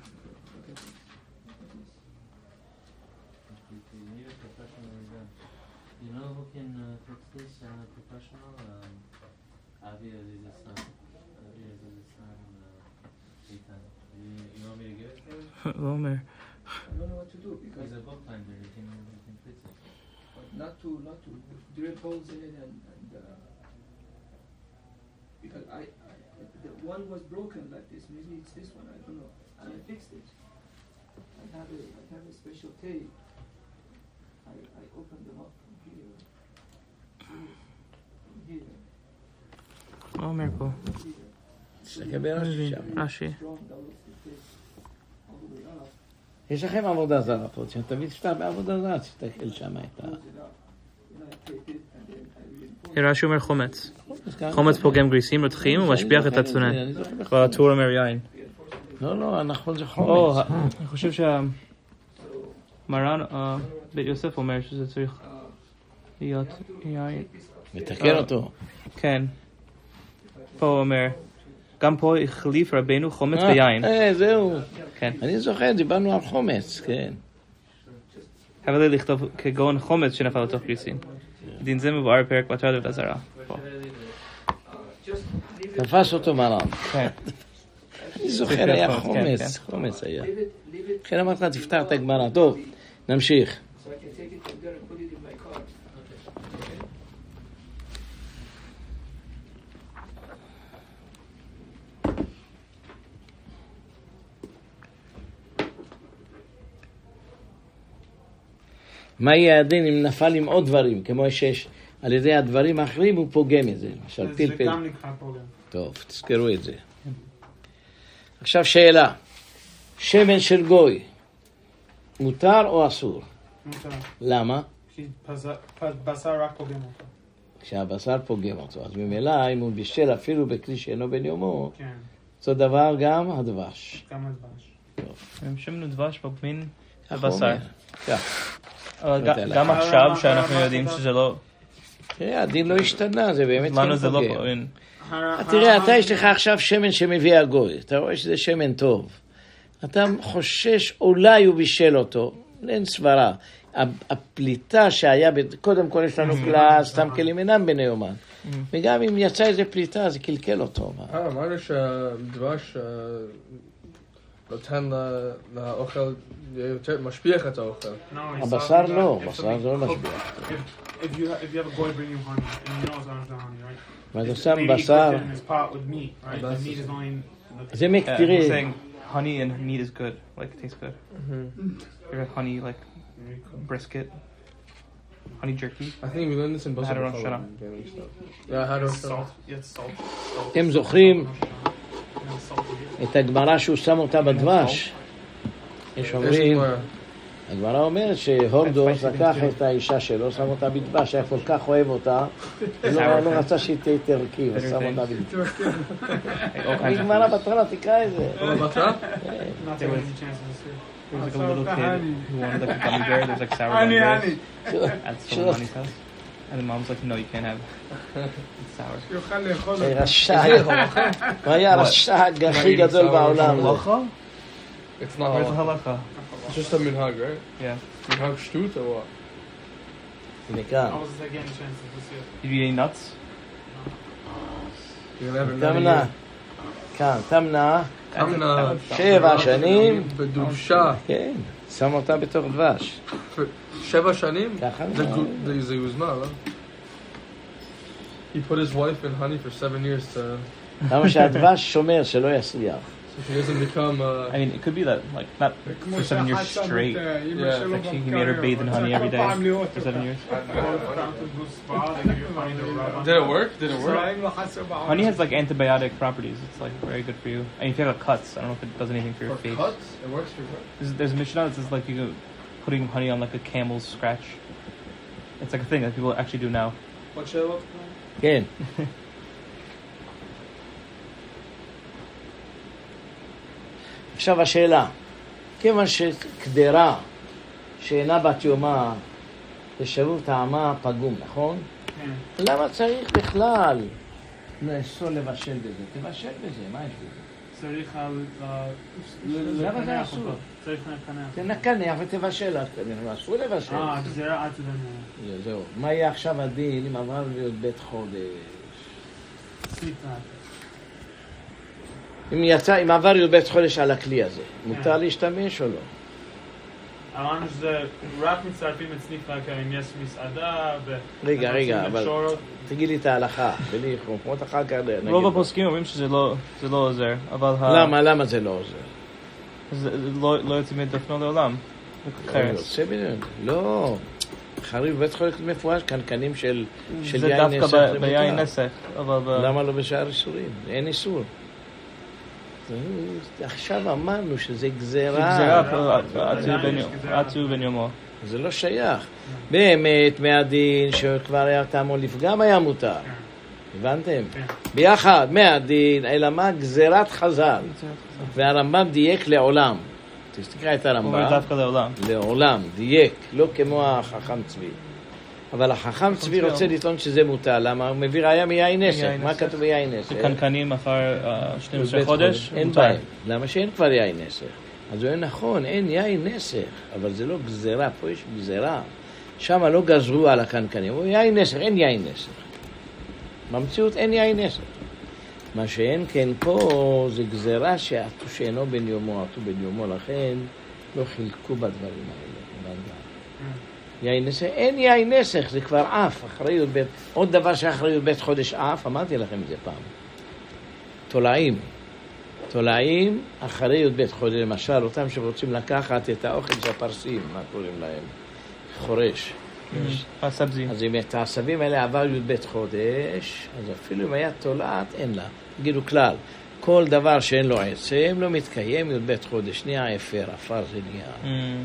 Speaker 5: You know who can uh, fix this? Uh, professional? Um, Avi Aziz Islam. Avi Aziz Islam. Uh, Ethan. you, you want me to give it to him?
Speaker 3: [laughs] לא אומר.
Speaker 6: I don't know what to do because
Speaker 5: He's a book finder. He can, he can fix it.
Speaker 6: not to not to drill holes in it and, and uh, because I, I the one was broken like this. Maybe it's this one. I don't know. And I fixed it. I have a I have a special tape. I, I opened them up from here. From here.
Speaker 3: מה לא אומר פה?
Speaker 6: From here.
Speaker 1: תסתכל ברש"י
Speaker 3: מבין.
Speaker 1: שם.
Speaker 3: רש"י.
Speaker 6: Strong double stick tape. All the way up.
Speaker 1: יש לכם עבודה זרה פה, תמיד כשאתה בעבודה זרה, תסתכל שם את ה...
Speaker 6: Close it up. Then I take it and then I reinforce.
Speaker 3: רש"י אומר חומץ. חומץ פוגם גריסים, רותחים ומשפיח את הצונן.
Speaker 1: אני זוכר בכלל.
Speaker 3: כבר הטור אומר יין.
Speaker 1: לא, לא, נכון, זה
Speaker 3: או,
Speaker 1: חומץ.
Speaker 3: אני חושב שהמרן, אה, בית יוסף אומר שזה צריך להיות יין. אה,
Speaker 1: מתקן אותו.
Speaker 3: כן. פה הוא אומר, גם פה החליף רבנו חומץ
Speaker 1: אה,
Speaker 3: ביין.
Speaker 1: אה, זהו.
Speaker 3: כן.
Speaker 1: אני זוכר, דיברנו על חומץ, כן.
Speaker 3: אבל לי לכתוב כגון חומץ שנפל לתוך גריסים. דין זה מבואר בפרק מטרד ובזרה. פה.
Speaker 6: Just leave it,
Speaker 1: תפס אותו מרן.
Speaker 3: כן.
Speaker 1: אני זוכר,
Speaker 3: כן,
Speaker 1: היה
Speaker 3: כן,
Speaker 1: חומץ,
Speaker 3: כן.
Speaker 1: חומץ היה.
Speaker 6: leave it, leave it.
Speaker 1: לכן אמרתי לך, תפתח את הגמרא. טוב, נמשיך.
Speaker 6: So I can take it from there and put it in my car.
Speaker 1: מה יהיה הדין אם נפל עם עוד דברים, כמו שיש על ידי הדברים האחרים, הוא פוגם את זה, למשל
Speaker 2: זה
Speaker 1: פלפל.
Speaker 2: גם נקרא פוגם.
Speaker 1: טוב, תזכרו את זה. עכשיו שאלה, שמן של גוי, מותר או אסור?
Speaker 2: מותר.
Speaker 1: למה?
Speaker 2: כי בשר- בשר רק פוגם אותו.
Speaker 1: כשהבשר פוגם אותו, אז ממילא אם הוא בישל אפילו בכלי שאינו בן יומו,
Speaker 2: כן,
Speaker 1: אותו דבר גם הדבש.
Speaker 2: גם הדבש.
Speaker 3: הם שמנו דבש פוגמין
Speaker 1: כך הוא
Speaker 3: הבשר.
Speaker 1: אומר. כך.
Speaker 3: אבל
Speaker 1: לא יודע
Speaker 3: אה, גם-
Speaker 1: לך.
Speaker 3: גם עכשיו
Speaker 2: אבל-
Speaker 3: שאנחנו
Speaker 2: אבל-
Speaker 3: יודעים שזה לא,
Speaker 1: תראה, הדין לא השתנה, זה באמת
Speaker 3: לנו זה
Speaker 1: כן
Speaker 3: לא
Speaker 1: פוגם.
Speaker 3: פוגמין.
Speaker 2: הר-
Speaker 1: אה, תראה,
Speaker 2: הר-
Speaker 1: אתה יש לך עכשיו שמן שמביא הגוי, אתה רואה שזה שמן טוב. אתה חושש, אולי הוא בישל אותו, אין סברה. ה- הפליטה שהיה, ב- קודם כל יש לנו קלעה, סתם כלים אינם בני יומן. וגם אם יצא איזה פליטה, זה קלקל אותו. מה?
Speaker 4: אה, אמרת שהדבש אה, נותן ל- לאוכל, יותר- משפיח את האוכל.
Speaker 2: No, it's
Speaker 1: הבשר
Speaker 2: something
Speaker 1: לא,
Speaker 2: that- it's
Speaker 1: הבשר זה לא
Speaker 2: something-
Speaker 1: משפיע.
Speaker 2: If you if you have a boy bring you honey and you know it's not the honey, right?
Speaker 1: אבל אתה
Speaker 2: It's
Speaker 1: שם
Speaker 2: maybe
Speaker 1: בשר,
Speaker 2: cooked in this pot with meat, right? The meat is only
Speaker 1: זה מק-
Speaker 3: Yeah, he's
Speaker 1: תראה,
Speaker 3: saying honey and meat is good, like it tastes good. You have honey like brisket, honey [laughs] jerky.
Speaker 4: I think we learned this in Boston.
Speaker 3: Harold
Speaker 4: before,
Speaker 3: Shana.
Speaker 4: Bailing stuff. Yeah, Harold
Speaker 2: it's
Speaker 4: Shana.
Speaker 2: salt. It's salt. salt.
Speaker 1: אתם זוכרים
Speaker 2: And it's salted.
Speaker 1: את הגמרא שהוא שם אותה בדבש? יש
Speaker 4: יש לי
Speaker 1: אומרים,
Speaker 4: כבר-
Speaker 1: הגמרא אומרת שהורדוס לקח את האישה שלו, שם אותה בדבש, היה כל כך אוהב [laughs] אותה, הוא לא לא רצה שהיא תהיה תרכיב, אז שם אותה [laughs] בדבש.
Speaker 3: Like, all kinds of
Speaker 1: הגמרא
Speaker 3: flavors.
Speaker 1: בתורה, תקרא את [laughs] זה.
Speaker 4: Oh, about that?
Speaker 2: Not taking any chances here.
Speaker 3: There was like a little kid who wanted like a gummy bear. There's like sour gummy bears at Soleimani's house, and the mom's like, "No, you can't have [laughs] it. It's sour."
Speaker 1: אה, רשע, [laughs] הוא היה הרשע הכי גדול בעולם.
Speaker 3: Halacha?
Speaker 4: It's not.
Speaker 3: Where's the
Speaker 4: halacha.
Speaker 3: halacha?
Speaker 4: It's just a minhag, right?
Speaker 3: Oh. Yeah.
Speaker 4: Minhag shtut or what?
Speaker 1: הנה כאן.
Speaker 2: I was taking any chances this year.
Speaker 3: Did you eat any nuts?
Speaker 4: You'll never know.
Speaker 1: תמנה, כאן, תמנה,
Speaker 3: That would-
Speaker 4: Tamna.
Speaker 3: that would stop.
Speaker 1: שבע שנים,
Speaker 4: בדושה.
Speaker 1: כן, שם אותה בתוך דבש.
Speaker 4: שבע שנים?
Speaker 1: ככה?
Speaker 4: זה גו- זה- זה יוזמה, לא? He put his wife in honey for seven years to,
Speaker 1: למה שהדבש שומר שלא יסריח.
Speaker 4: so she doesn't become
Speaker 3: I
Speaker 4: uh,
Speaker 3: mean, it could be that like not for seven years straight.
Speaker 2: uh,
Speaker 3: Like she he made her bathe in honey every day for seven years.
Speaker 2: Or found a good spa, they give you honey to rub on.
Speaker 4: Did it work? Did it work?
Speaker 3: Honey has like antibiotic properties. It's like very good for you. And if you have like, cuts, I don't know if it does anything for your face.
Speaker 4: It works for cuts.
Speaker 3: There's, there's a Mishnah that says like you go putting honey on like a camel's scratch. It's like a thing that people actually do now.
Speaker 2: What should I look
Speaker 1: כן. עכשיו השאלה, כיוון שקדרה שאינה בת יומה, תשאלו טעמה פגום, נכון?
Speaker 2: for? Yeah.
Speaker 1: למה צריך בכלל לאסור לבשל בזה? תבשל בזה, מה יש בזה?
Speaker 2: צריך ל- ל-
Speaker 1: למה זה
Speaker 2: לקנח
Speaker 1: אסור?
Speaker 2: אותו. צריך לקנח.
Speaker 1: תנקנח ותבשל, אז כנראה אסור לבשל.
Speaker 2: אה, גזירה עד לנו.
Speaker 1: זה- זהו. מה יהיה עכשיו הדין אם עבר להיות בית חודש?
Speaker 2: סיטה.
Speaker 1: כן. אם יצא, אם עבר י"ב חודש על הכלי הזה, מותר להשתמש או לא?
Speaker 2: אמרנו שזה רק מצטרפים אצלי כרגע אם יש מסעדה ו...
Speaker 1: רגע,
Speaker 2: הם
Speaker 1: רגע,
Speaker 2: רוצים
Speaker 1: אבל-
Speaker 2: לקשור-
Speaker 1: תגיד לי את ההלכה, בלי חוכמות אחר כך נגיד.
Speaker 3: רוב הפוסקים אומרים שזה לא זה לא עוזר, אבל ה-
Speaker 1: למה, למה זה לא עוזר?
Speaker 3: זה- זה לא לא יוצאים מדפנו לעולם. זה חרס.
Speaker 1: יוצא בדיוק. לא. חריב בית חולק מפורש, קנקנים של של
Speaker 3: זה
Speaker 1: יין
Speaker 3: דווקא
Speaker 1: נסך
Speaker 3: ב-
Speaker 1: זה
Speaker 3: ביין
Speaker 1: מותר.
Speaker 3: נסך, אבל ב-
Speaker 1: למה לא בשאר איסורים? אין איסור. זה- עכשיו אמרנו שזה
Speaker 3: זה
Speaker 1: גזירה.
Speaker 3: גזירה פה, עצור בן יום- עצור בן יומו.
Speaker 1: זה לא שייך. באמת, מהדין שכבר היה טעמו לפגם היה מותר. הבנתם?
Speaker 2: כן.
Speaker 1: ביחד, מהדין, אלא מה? גזירת חז"ל. והרמב"ם דייק לעולם. תסתכל את
Speaker 3: הוא אומר
Speaker 1: הרמב"ם.
Speaker 3: דווקא לעולם.
Speaker 1: לעולם, דייק, לא כמו החכם צבי. אבל החכם צבי
Speaker 3: צבי
Speaker 1: רוצה
Speaker 3: אמר.
Speaker 1: לטעון שזה מותר, למה? הוא מביא ראיה מיין נסק.
Speaker 3: מיין
Speaker 1: מה
Speaker 3: נסק.
Speaker 1: כתוב ביין נסק?
Speaker 3: שקנקנים אחר אה, 12
Speaker 4: בבית
Speaker 3: חודש,
Speaker 1: אין
Speaker 3: מותר.
Speaker 1: בעיה. למה שאין כבר יין נסך? אז הוא אומר, נכון, אין יין נסך, אבל זה לא גזירה, פה יש גזירה. שם לא גזרו על הקנקנים, הוא יין נסך, אין יין נסך. במציאות אין יין נסך. מה שאין כן פה, זה גזירה שעטו שאינו בן יומו, עטו בן יומו, לכן לא חילקו בדברים האלה. הבנת? יין נסך, אין יין נסך, זה כבר עף, אחריות בית. עוד דבר שאחריות בית חודש עף, אמרתי לכם את זה פעם. תולעים. תולעים אחרי י"ב חודש, למשל, אותם שרוצים לקחת את האוכל של הפרסים, מה קוראים להם? חורש.
Speaker 3: כן. הסבזי.
Speaker 1: אז אם את העשבים האלה עבר י"ב חודש, אז אפילו אם היה תולעת, אין לה. תגידו כלל, כל דבר שאין לו עצם לא מתקיים י"ב חודש, נהיה אפר, עפר זה נהיה,
Speaker 3: אמ,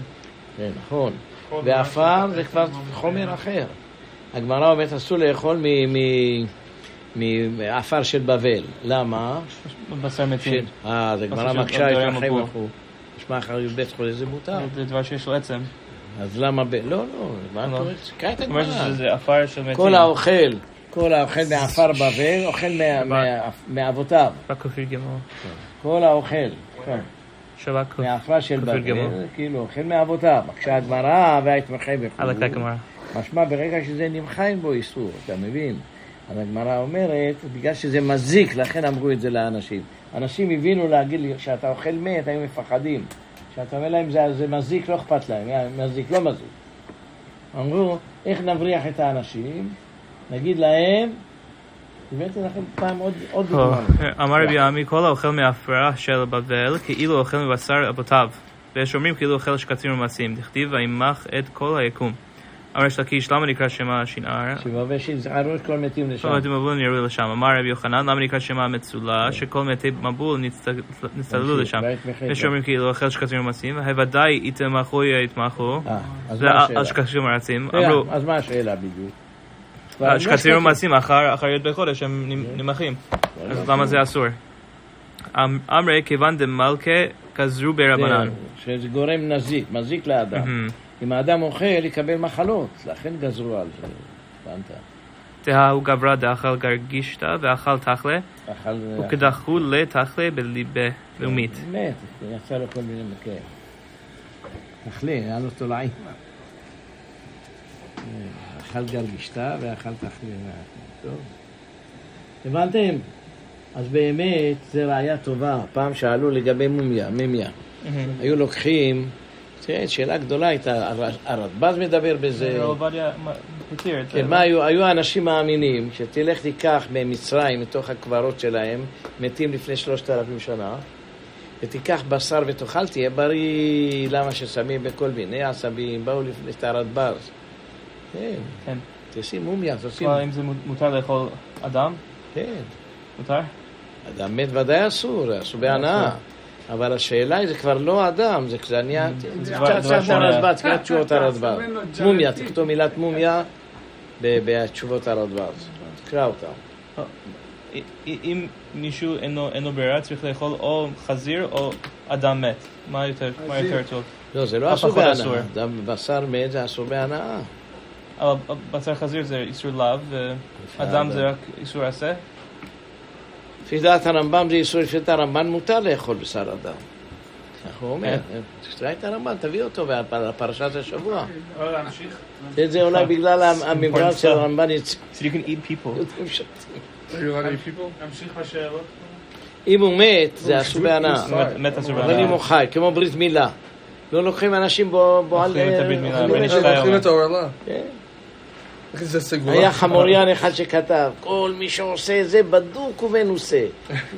Speaker 1: זה נכון.
Speaker 2: כל דבר
Speaker 1: ועפר
Speaker 2: שאתה
Speaker 1: זה
Speaker 2: צריך
Speaker 1: כבר
Speaker 2: ללמוד
Speaker 1: חומר
Speaker 2: ממנו.
Speaker 1: אחר. הגמרא אומרת, אסור לאכול מ- מ- מ- מעפר של בבל. למה?
Speaker 3: כן. בשר מתים.
Speaker 1: אה, אז הגמרא
Speaker 3: משהו
Speaker 1: מקשה את
Speaker 3: שהדברים
Speaker 1: החיים
Speaker 3: אמרו.
Speaker 1: וכו'. תשמע, אחרי בית חולה זה מותר.
Speaker 3: זה דבר שיש לו עצם.
Speaker 1: אז למה ב... לא, לא, מה את
Speaker 3: לא.
Speaker 1: אומרת? קרא את
Speaker 3: זאת אומרת
Speaker 1: הגמרא.
Speaker 3: שזה עפר של מתים.
Speaker 1: כל האוכל, כל האוכל מעפר בבל, אוכל מה- מה- מאבותיו.
Speaker 3: רק כפיר גמור.
Speaker 1: כל האוכל. כן.
Speaker 3: שרק כפיר.
Speaker 1: מעפרה של
Speaker 3: כפיר גמור.
Speaker 1: בבל, כאילו, אוכל מאבותיו. כשהגמרא וההתמחה
Speaker 3: על הקטע
Speaker 1: וכו'.
Speaker 3: גמרא.
Speaker 1: משמע ברגע שזה נמחה אין בו איסור, אתה מבין? אז הגמרא אומרת, בגלל שזה מזיק, לכן אמרו את זה לאנשים. אנשים הבינו להגיד לי, כשאתה אוכל מת, היו מפחדים. כשאתה אומר להם, זה, זה מזיק, לא אכפת להם, "יא, מזיק, לא מזיק. אמרו, איך נבריח את האנשים? נגיד להם, הבאתי לכם פעם עוד, עוד
Speaker 3: אה.
Speaker 1: דוגמה.
Speaker 3: [laughs] אמר רבי עמי, כל האוכל מהפרה של בבל, כאילו אוכל מבשר אבותיו. ויש אומרים כאילו אוכל שקצים ומעשים. דכתיב, וימח את כל היקום. אמר יש לקיש, למה נקרא שמה השנער?
Speaker 1: שבבי שיזערו את כל מתים
Speaker 3: כל
Speaker 1: לשם.
Speaker 3: מתי מבול נראו לשם. אמר רבי יוחנן, למה נקרא שמה המצולה, שכל מתי מבול נצט- נצטללו לשם.
Speaker 1: בית מחי.
Speaker 3: יש אומרים כאילו אוכל שקצים ומעשים, הוודאי יתמכו יתמכו.
Speaker 1: אה, אז
Speaker 3: זה
Speaker 1: מה
Speaker 3: על
Speaker 1: השאלה?
Speaker 3: שקצים ומעשים. אמרו,
Speaker 1: רגע, אז מה השאלה בדיוק?
Speaker 3: אה, שקצים ומעשים אחר אחר י"ב חודש הם נמ- נמחים.
Speaker 1: לא,
Speaker 3: אז למה זה אסור? אמ- אמרי כיוון דמלכה כזרו ברבנן.
Speaker 1: שזה גורם נזיק, מזיק לאדם.
Speaker 3: מהמם.
Speaker 1: אם האדם אוכל, יקבל מחלות, לכן גזרו על זה. הבנת?
Speaker 3: דהאו גברא דאכל גרגישתא ואכל תכלה,
Speaker 1: אכל... אה,
Speaker 3: וכדחו לתכלה בליבה לאומית.
Speaker 1: מת, יצא לו כל מיני מקרים. אכלי, היה לו תולעים. אכל גרגישתה ואכל תכלי. טוב. הבנתם? אז באמת, זו ראייה טובה. פעם שאלו לגבי מומיה, מימיה. היו לוקחים, תראה, כן, שאלה גדולה הייתה, הר- הרדב"ז מדבר בזה.
Speaker 3: אה, עובדיה התיר את
Speaker 1: כן, מה היו? היו אנשים מאמינים, שתלך תיקח ממצרים, מתוך הקברות שלהם, מתים לפני שלושת אלפים שנה, ותיקח בשר ותאכל, תהיה בריא, למה ששמים בכל מיני עשבים, באו לפני את הרדב"ז. כן,
Speaker 3: כן.
Speaker 1: תשים מומיה, תשים,
Speaker 3: אם זה מותר לאכול אדם,
Speaker 1: כן.
Speaker 3: מותר?
Speaker 1: אדם מת ודאי אסור, אסור בהנאה. אבל השאלה היא, זה כבר לא אדם, זה כבר נהיה...
Speaker 3: דבר- דבר
Speaker 1: תעשה
Speaker 3: שונה.
Speaker 1: הרדב"ז, תקרא תשובות הרדב"ז.
Speaker 6: אומרים לו,
Speaker 1: מומיה,
Speaker 6: ג'רנטי.
Speaker 1: תכתוב מילת מומיה ב- בתשובות הרדב"ז. תקרא אותה.
Speaker 3: אם מישהו אינו ברירה, צריך לאכול או חזיר או אדם מת. מה יותר טוב?
Speaker 1: לא, זה לא
Speaker 3: מה
Speaker 1: אסור
Speaker 3: פחות
Speaker 1: בהנאה.
Speaker 3: אסור?
Speaker 1: אדם בשר מת זה אסור בהנאה.
Speaker 3: אבל בצר חזיר זה איסור לאו, ואדם זה רק איסור עשה.
Speaker 1: לפי דעת הרמב"ם זה איסור, לפי דעת הרמב"ן מותר לאכול בשר אדם. איך הוא אומר?
Speaker 3: כן.
Speaker 1: תקרא את הרמב"ן, תביא אותו בפרשת השבוע.
Speaker 2: לא, להמשיך.
Speaker 1: זה אולי
Speaker 3: נכון.
Speaker 1: בגלל
Speaker 3: [laughs]
Speaker 1: הממרד של הרמב"ן,
Speaker 3: So you can eat people.
Speaker 1: יודעים ש-
Speaker 4: Are you allowed to eat people?
Speaker 2: להמשיך בשאלות.
Speaker 1: אם הוא מת, זה אסור בהנאה.
Speaker 3: מת אסור
Speaker 1: אבל אם
Speaker 3: בהנאה.
Speaker 1: הוא חי, כמו ברית מילה. לא לוקחים אנשים בו- בועל...
Speaker 3: לוקחים את הברית מילה,
Speaker 1: אוכלים את
Speaker 3: בנשקה.
Speaker 1: זה.
Speaker 4: לוקחים את ההורלה.
Speaker 1: כן.
Speaker 4: איך זה סגולה?
Speaker 1: היה חמוריין אחד שכתב, כל מי שעושה את זה בדוק ומנוסה.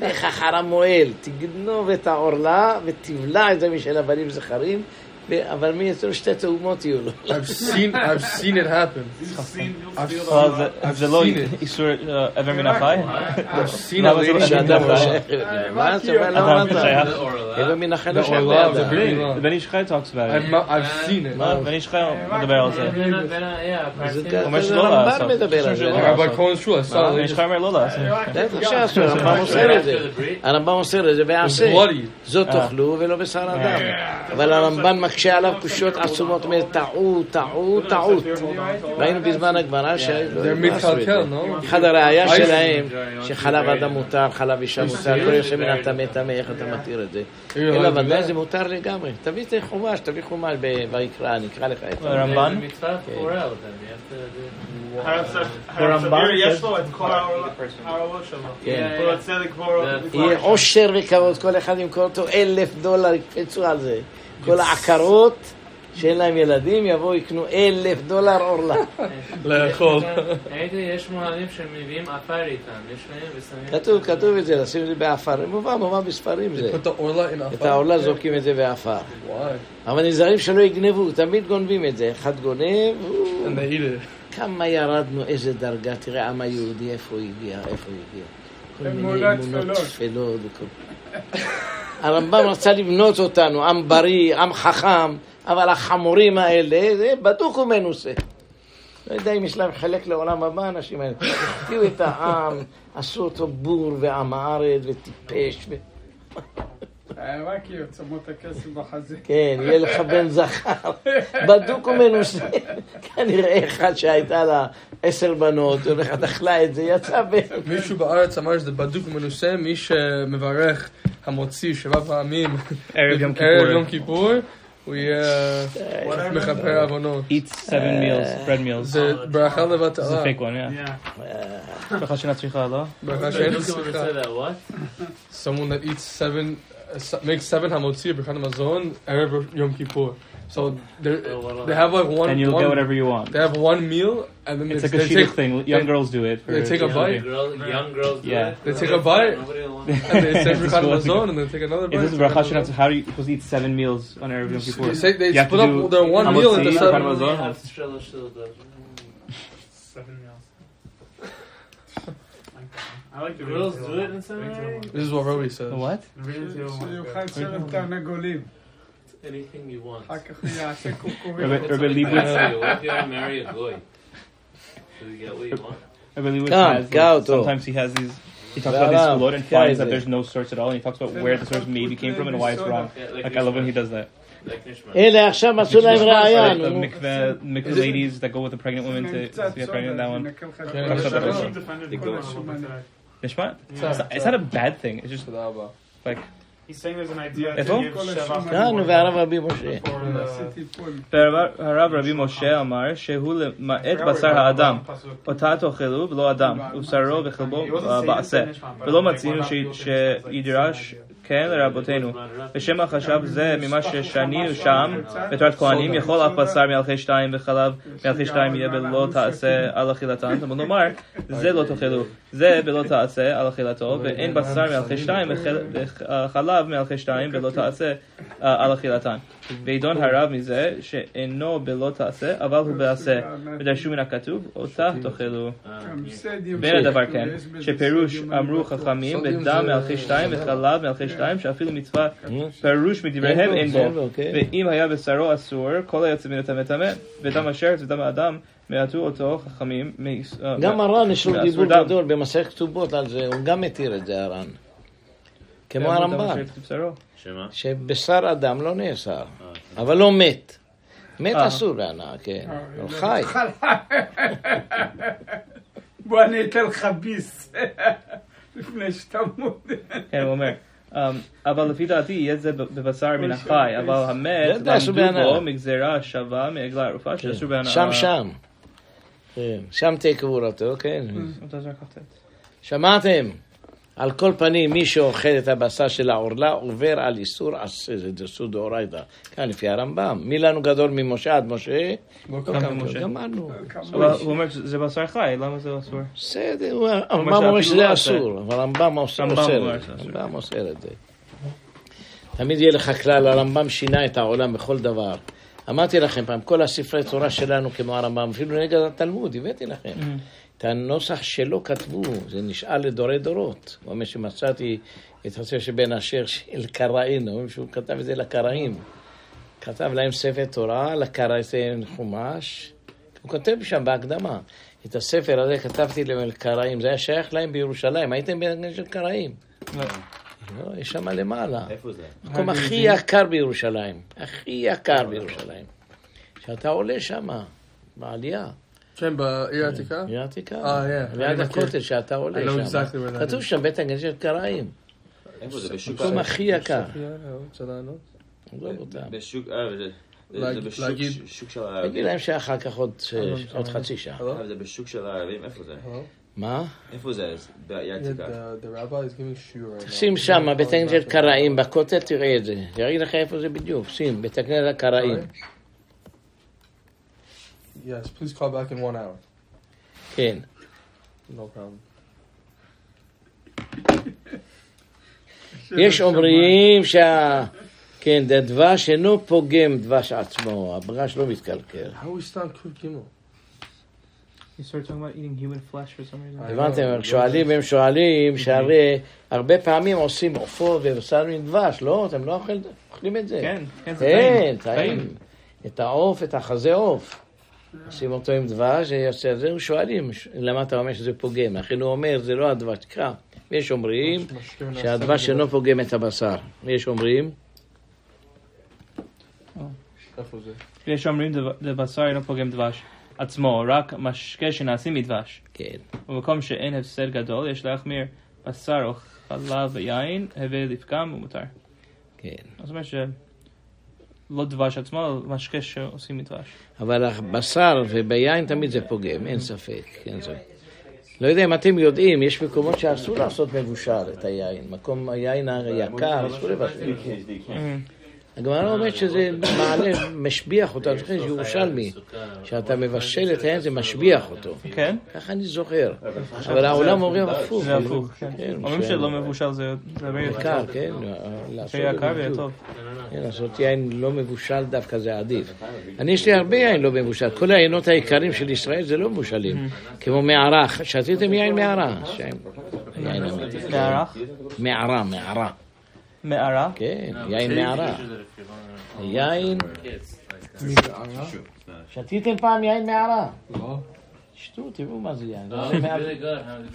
Speaker 1: לך אחר המוהל, תגנוב את העורלה ותבלע את זה משל הבנים זכרים, ו- אבל מי יצאו שתי תאומות יהיו לו.
Speaker 4: I've seen, I've seen it happen. [laughs]
Speaker 3: אה, זה- זה לא
Speaker 4: I've seen it.
Speaker 3: איסור אה, איבר מן החי?
Speaker 4: I've seen
Speaker 3: No,
Speaker 4: a
Speaker 3: but
Speaker 4: lady
Speaker 3: it's
Speaker 4: that
Speaker 1: שאדם
Speaker 3: שאדם
Speaker 4: does
Speaker 1: מושך,
Speaker 4: that.
Speaker 1: מה אתה אומר? לא
Speaker 3: אדם
Speaker 1: אמרת.
Speaker 3: שייך.
Speaker 1: איבר מן החי לא
Speaker 4: לא,
Speaker 1: שייך
Speaker 4: עורלה
Speaker 1: לאדם.
Speaker 4: זה בלי-
Speaker 3: אה, בן איש חי talks about it. Uh,
Speaker 4: I'm not- I've seen it.
Speaker 1: מה?
Speaker 3: בן איש חי מדבר על זה.
Speaker 1: זה
Speaker 6: כן.
Speaker 3: הוא אומר
Speaker 1: כזה
Speaker 3: שלא
Speaker 1: רמב"ן
Speaker 3: לעשות.
Speaker 1: מדבר על
Speaker 3: אני חושב
Speaker 1: זה.
Speaker 3: שלא.
Speaker 4: Rabbi Cohen Shul, I saw a
Speaker 3: בן
Speaker 4: lady.
Speaker 3: איש חי אומר לא לעשות.
Speaker 1: בטח שאסור, הרמב"ם אוסר את זה. הרמב"ם אוסר את זה אה.
Speaker 4: It's
Speaker 1: ועשה.
Speaker 4: bloody.
Speaker 1: זאת תאכלו ולא בשר אדם. אבל הרמב"ן מקשה עליו קושיות עצומות, אומר טעות, טעות, טעות.
Speaker 2: לא,
Speaker 1: ראינו בזמן הגמרא
Speaker 4: They're
Speaker 1: שלא
Speaker 4: mitkalkel, no?
Speaker 1: אחד הראייה
Speaker 4: I-
Speaker 1: שלהם, שחלב אדם מותר, חלב אישה מותר, כל יושב מן הטמא טמא, איך אתה מתיר את זה?
Speaker 4: You
Speaker 1: אלא
Speaker 4: like
Speaker 1: ודאי
Speaker 4: that?
Speaker 1: זה מותר לגמרי. תביא את חומש, תביא חומש ב- ויקרא, אני אקרא לך את זה.
Speaker 3: רמב"ן?
Speaker 2: הרב יש לו את כל העולות שלו.
Speaker 1: כן.
Speaker 2: הוא רוצה לקבור...
Speaker 1: יהיה עושר וכבוד, כל אחד ימכור אותו אלף דולר, יקפצו על זה. כל העקרות שאין להם ילדים, יבואו יקנו אלף דולר עורלה.
Speaker 4: לאכול.
Speaker 5: יש מוהלים שמביאים עפר איתם, יש להם ושמים...
Speaker 1: כתוב, כתוב את זה, לשים את זה בעפר. מובא, מובא בספרים זה.
Speaker 4: Put the orla in a
Speaker 1: את העורלה
Speaker 4: [laughs]
Speaker 1: זורקים את זה בעפר.
Speaker 4: Why?
Speaker 1: אבל נזהרים שלא יגנבו, תמיד גונבים את זה. אחד גונב, הוא-
Speaker 4: And they eat it.
Speaker 1: כמה ירדנו, איזה דרגה, תראה, העם היהודי, איפה הוא הגיע, איפה הוא הגיע. כל מיני
Speaker 2: אמונות
Speaker 1: אמונות
Speaker 2: טפלות.
Speaker 1: טפלות וכל... [laughs] הרמב"ם רצה לבנות אותנו, עם בריא, עם חכם, אבל החמורים האלה, זה בדוק ומנוסה. לא יודע אם יש להם חלק לעולם הבא, האנשים האלה. [laughs] הוציאו את העם, עשו אותו בור ועם הארץ וטיפש. ו...
Speaker 2: רק כי צמו את הכסף בחזית.
Speaker 1: כן, יהיה לך בן זכר. בדוק ומנוסה. כנראה אחד שהייתה לה עשר בנות, יום אחד אכלה את זה, יצא בן.
Speaker 4: מישהו בארץ אמר שזה בדוק ומנוסה, מי שמברך המוציא שבע פעמים
Speaker 7: ערב יום
Speaker 4: ערב
Speaker 7: כיפור.
Speaker 4: יום כיפור, הוא יהיה מכפר עוונות.
Speaker 3: eat seven
Speaker 4: Uh,
Speaker 3: meals, bread meals.
Speaker 4: זה ברכה
Speaker 3: זה
Speaker 4: לבטלה,
Speaker 3: fake one, yeah. ברכה שאינה צריכה, לא?
Speaker 4: ברכה שאין סליחה. Someone that eats seven, uh, se- makes seven hamotzi ברכה למזון, ערב יום כיפור. So they're- they have like one,
Speaker 3: And you'll get
Speaker 4: one
Speaker 3: whatever you want.
Speaker 4: they have one meal and then
Speaker 3: It's
Speaker 4: they
Speaker 3: like a
Speaker 4: they
Speaker 3: Shidduch
Speaker 4: take
Speaker 3: thing. Young
Speaker 4: they-
Speaker 3: girls do it. for-
Speaker 4: they take a bite.
Speaker 5: Young girls do
Speaker 3: Yeah.
Speaker 5: it.
Speaker 4: They take a bite
Speaker 5: Nobody will want
Speaker 4: and
Speaker 3: [laughs]
Speaker 4: they say
Speaker 3: It's
Speaker 4: ברכה
Speaker 3: disgusting.
Speaker 4: למזון and they take another bite.
Speaker 3: Is this bracha shena? So How do you supposed to eat seven meals on Erev Yom Kippur?
Speaker 4: They say they
Speaker 3: You have to
Speaker 4: split up
Speaker 3: do
Speaker 4: their one meal into
Speaker 3: hamotzi,
Speaker 4: seven.
Speaker 3: Berakat
Speaker 5: Only
Speaker 3: Hamazon.
Speaker 5: have שלוש תעודות. Girls do it in seminary?
Speaker 4: This is what Roby says.
Speaker 3: The What?
Speaker 2: שיאכל שלב תרנגולים.
Speaker 5: Anything you want.
Speaker 2: אחר כך הוא יעשה [laughs] קוקורים.
Speaker 3: Rabbi
Speaker 5: It's
Speaker 3: Rabbi
Speaker 5: only
Speaker 3: Leibowitz.
Speaker 5: fancy. What if you want to marry a goy? So you get what you want.
Speaker 3: Rabbi Leibowitz
Speaker 1: Come,
Speaker 3: has.
Speaker 1: go
Speaker 3: these-
Speaker 1: to.
Speaker 3: Sometimes he has these. He talks
Speaker 1: Go
Speaker 3: about these
Speaker 1: up,
Speaker 3: shalot and
Speaker 1: guys.
Speaker 3: finds that there's no source at all, and he talks about where the source maybe came from and why it's wrong.
Speaker 5: Yeah,
Speaker 3: Like I love when he does that.
Speaker 5: Like Nishma.
Speaker 1: אלה עכשיו מצאו להם ראייה,
Speaker 3: Like the
Speaker 1: נו.
Speaker 3: mikveh, mikveh ladies that go with the pregnant women to, to get pregnant. That one.
Speaker 4: כן,
Speaker 3: עכשיו
Speaker 4: עכשיו
Speaker 3: עכשיו. Nishmat. It's not, it's not a bad thing. It's just
Speaker 4: תודה רבה.
Speaker 3: like
Speaker 2: He's saying there's an idea
Speaker 3: איפה?
Speaker 2: to give Sheva
Speaker 1: כאן כן, הוא והרב רבי משה.
Speaker 2: for the...
Speaker 3: הרב רבי משה אמר שהוא למעט בשר האדם. אותה תאכלו ולא אדם, ובשרו וחלבו בעשה. ולא מצינו ש- שידרש כן לרבותינו. ושמא חשב זה ממה ששנינו שם, בתורת כהנים, יכול אף בשר מהלכי שתיים וחלב מהלכי שתיים יהיה בלא תעשה על אכילתן. זאת אומרת, לומר, זה לא תאכלו, זה בלא תעשה על אכילתו, ואין בשר מהלכי שתיים וחל- וחלב מהלכי שתיים בלא תעשה אה, על אכילתן. וידון הרב מזה שאינו בלא תעשה, אבל הוא בעשה. ודרשו מן הכתוב, אותה תאכלו.
Speaker 5: Ah,
Speaker 3: בין הדבר כן, שפירוש אמרו חכמים
Speaker 4: סודיום
Speaker 3: בדם
Speaker 4: זה-
Speaker 3: מלכי שתיים וחלב מלכי שתיים, שאפילו מצווה
Speaker 1: כן,
Speaker 3: פירוש
Speaker 1: אין
Speaker 3: מדבריהם
Speaker 1: בו,
Speaker 3: אין
Speaker 1: אין
Speaker 3: בו.
Speaker 1: בו, כן. כן.
Speaker 3: ואם היה בשרו אסור, כל היוצא מן הטמא טמא, ודם השרץ ודם האדם, מעטו אותו חכמים. מאיס- אה,
Speaker 1: גם הר"ן יש לו
Speaker 3: מאסור
Speaker 1: דיבור
Speaker 3: דם.
Speaker 1: גדול במסכת כתובות על זה, הוא גם התיר את זה הר"ן. כמו
Speaker 3: דם
Speaker 1: הרמב"ן,
Speaker 3: השרץ ובשרו.
Speaker 5: שמה?
Speaker 1: שבשר אדם לא נאסר, אבל לא מת. מת
Speaker 3: אה.
Speaker 1: אסור להנאה, כן, אבל חי.
Speaker 2: בוא אני אתן לך ביס. [laughs] לפני שאתה מודה.
Speaker 3: כן, הוא אומר. אמ, אבל לפי דעתי יהיה זה ב- בבשר מן החי, אבל
Speaker 1: זה
Speaker 3: המת
Speaker 1: יודע, אסור
Speaker 3: למדו
Speaker 1: בהנאה.
Speaker 3: בו מגזירה שווה מעגלה ערופה שאסור בהנאה.
Speaker 1: כן. שם, שם. כן, שם תהיה קבורתו, כן.
Speaker 3: Mm. אותו זה רק חטאת.
Speaker 1: שמעתם? על כל פנים, מי שאוכל את הבשר של העורלה עובר על איסור עשה, זה דרסו דאורייתא. כאן לפי הרמב"ם. מי לנו גדול ממשה עד משה?
Speaker 4: לא
Speaker 1: לא
Speaker 4: קם
Speaker 1: קם
Speaker 4: כמשה.
Speaker 1: גמרנו.
Speaker 8: אבל הוא אומר שזה בשר חי, למה
Speaker 3: לא
Speaker 8: זה אסור?
Speaker 1: בסדר, הוא- הרמב"ם
Speaker 8: שאפילו
Speaker 1: אומר שזה
Speaker 8: לא
Speaker 1: אסור, אבל הרמב"ם אוסר
Speaker 8: הרמב"ם אומר
Speaker 1: אוסר את זה.
Speaker 8: שזה אסור.
Speaker 1: הרמב"ם אוסר את זה. תמיד יהיה לך כלל, הרמב"ם שינה את העולם בכל דבר. אמרתי לכם פעם, כל הספרי תורה שלנו כמו הרמב"ם, אפילו נגד התלמוד, הבאתי לכם. את הנוסח שלו כתבו, זה נשאל לדורי דורות. הוא אומר שמצאתי את הספר של בן אשר של קראים, אומרים שהוא כתב את זה לקראים. כתב להם ספר תורה, לקראתם חומש. הוא כותב שם בהקדמה, את הספר הזה כתבתי לקראים, זה היה שייך להם בירושלים, הייתם בנגן של קראים. לא, יש שם למעלה.
Speaker 4: אה,
Speaker 5: איפה זה?
Speaker 1: המקום הכי יקר בירושלים, הכי
Speaker 4: אה,
Speaker 1: יקר בירושלים. כשאתה עולה שם, בעלייה,
Speaker 4: כן, בעיר העתיקה?
Speaker 1: בעיר העתיקה,
Speaker 4: אה, yeah, אני
Speaker 1: ליד
Speaker 4: מכיר. לא
Speaker 1: הכותל, שאתה
Speaker 4: I know
Speaker 1: עולה שם.
Speaker 4: exactly where that
Speaker 1: כתוב
Speaker 4: is.
Speaker 1: שם בית הגן של קראים,
Speaker 5: איפה זה? בשוק
Speaker 4: אה,
Speaker 1: המקום הכי יקר.
Speaker 4: שנייה, אני רוצה לענות.
Speaker 1: עזוב אותם.
Speaker 5: בשוק, אה, זה- זה- זה
Speaker 4: להגיד- להגיד-
Speaker 5: בשוק שוק של
Speaker 4: אה,
Speaker 1: תגיד
Speaker 5: הערבים.
Speaker 1: להם שאחר כך עוד
Speaker 4: אני
Speaker 1: עוד חצי שעה.
Speaker 4: Hello?
Speaker 5: אה, זה בשוק של הערבים, איפה זה?
Speaker 4: Hello? אה,
Speaker 1: מה?
Speaker 5: איפה זה? זה בעיר
Speaker 4: Yeah,
Speaker 5: העתיקה.
Speaker 4: the, the rabbi is giving shiur right now.
Speaker 1: שים שם,
Speaker 4: אה,
Speaker 1: בית הכנסת קראים, בכותל תראה את זה. זה יגיד לך איפה זה בדיוק, שים, בית הכנסת קראים.
Speaker 4: אה, Yes, please call back in one hour.
Speaker 1: כן.
Speaker 4: No problem.
Speaker 1: יש אומרים שה... כן, הדבש אינו פוגם דבש עצמו, הברש לא
Speaker 3: אה,
Speaker 1: מתקלקל.
Speaker 4: How we stop Kurt Gimel?
Speaker 3: You start talking about eating human flesh for some reason.
Speaker 1: הבנתם? הם
Speaker 3: לא.
Speaker 1: שואלים, הם שואלים, שהרי הרבה פעמים עושים עופות ובשר עם דבש, לא? אתם לא אוכל- אוכלים את זה.
Speaker 3: כן, כן, זה
Speaker 1: כן,
Speaker 3: טעים.
Speaker 1: טעים. את העוף, את החזה עוף. עושים אותו עם דבש, זה יוצא זה, ושואלים, ש- למה אתה אומר שזה פוגם? לכן הוא אומר, זה לא הדבש, תקרא. יש אומרים
Speaker 3: אה,
Speaker 4: משקיעים על
Speaker 1: שהדבש אינו פוגם את הבשר. יש אומרים,
Speaker 4: איפה זה?
Speaker 8: יש שאומרים דב- לבשר
Speaker 3: לא
Speaker 8: אינו פוגם דבש עצמו, רק משקה שנעשים מדבש.
Speaker 1: כן.
Speaker 8: במקום שאין הפסד גדול, יש להחמיר בשר או חלב ויין, הווה לפגם ומותר.
Speaker 1: כן.
Speaker 8: זאת אומרת שלא דבש עצמו, אלא משקה שעושים מדבש.
Speaker 1: אבל הבשר וביין תמיד זה פוגם, אין ספק. אין ספק. לא יודע אם אתם יודעים, יש מקומות שאסור לעשות מבושל את היין. מקום היין היקר, אסור לבשל.
Speaker 8: כן?
Speaker 1: הגמרא אומרת שזה מעלה, משביח אותו, אני זוכר
Speaker 5: לא
Speaker 1: ירושלמי, שאתה מבשל את היין זה משביח אותו.
Speaker 8: כן?
Speaker 1: ככה אני זוכר. אבל העולם אומרים הפוך.
Speaker 8: זה הפוך. כן.
Speaker 1: כן,
Speaker 8: אומרים
Speaker 1: ש-
Speaker 8: שלא מבושל זה זה הרבה יותר
Speaker 1: יקר, כן. לעשות
Speaker 8: שיהיה יקר
Speaker 1: בדיוק.
Speaker 8: ויהיה טוב.
Speaker 1: כן, לעשות יין לא מבושל דווקא זה עדיף. אני, יש לי הרבה יין לא מבושל. כל היינות העיקרים של ישראל זה לא מבושלים. כמו מערה, שתיתם יין מערה. שם. יין אמיתי.
Speaker 8: מערך?
Speaker 1: מערה, מערה.
Speaker 8: מערה?
Speaker 1: כן, יין מערה. יין...
Speaker 5: uh,
Speaker 1: שתיתם פעם יין מערה?
Speaker 4: לא.
Speaker 1: שתו, תראו מה זה יין. זה
Speaker 5: לא,
Speaker 1: עולה מאה-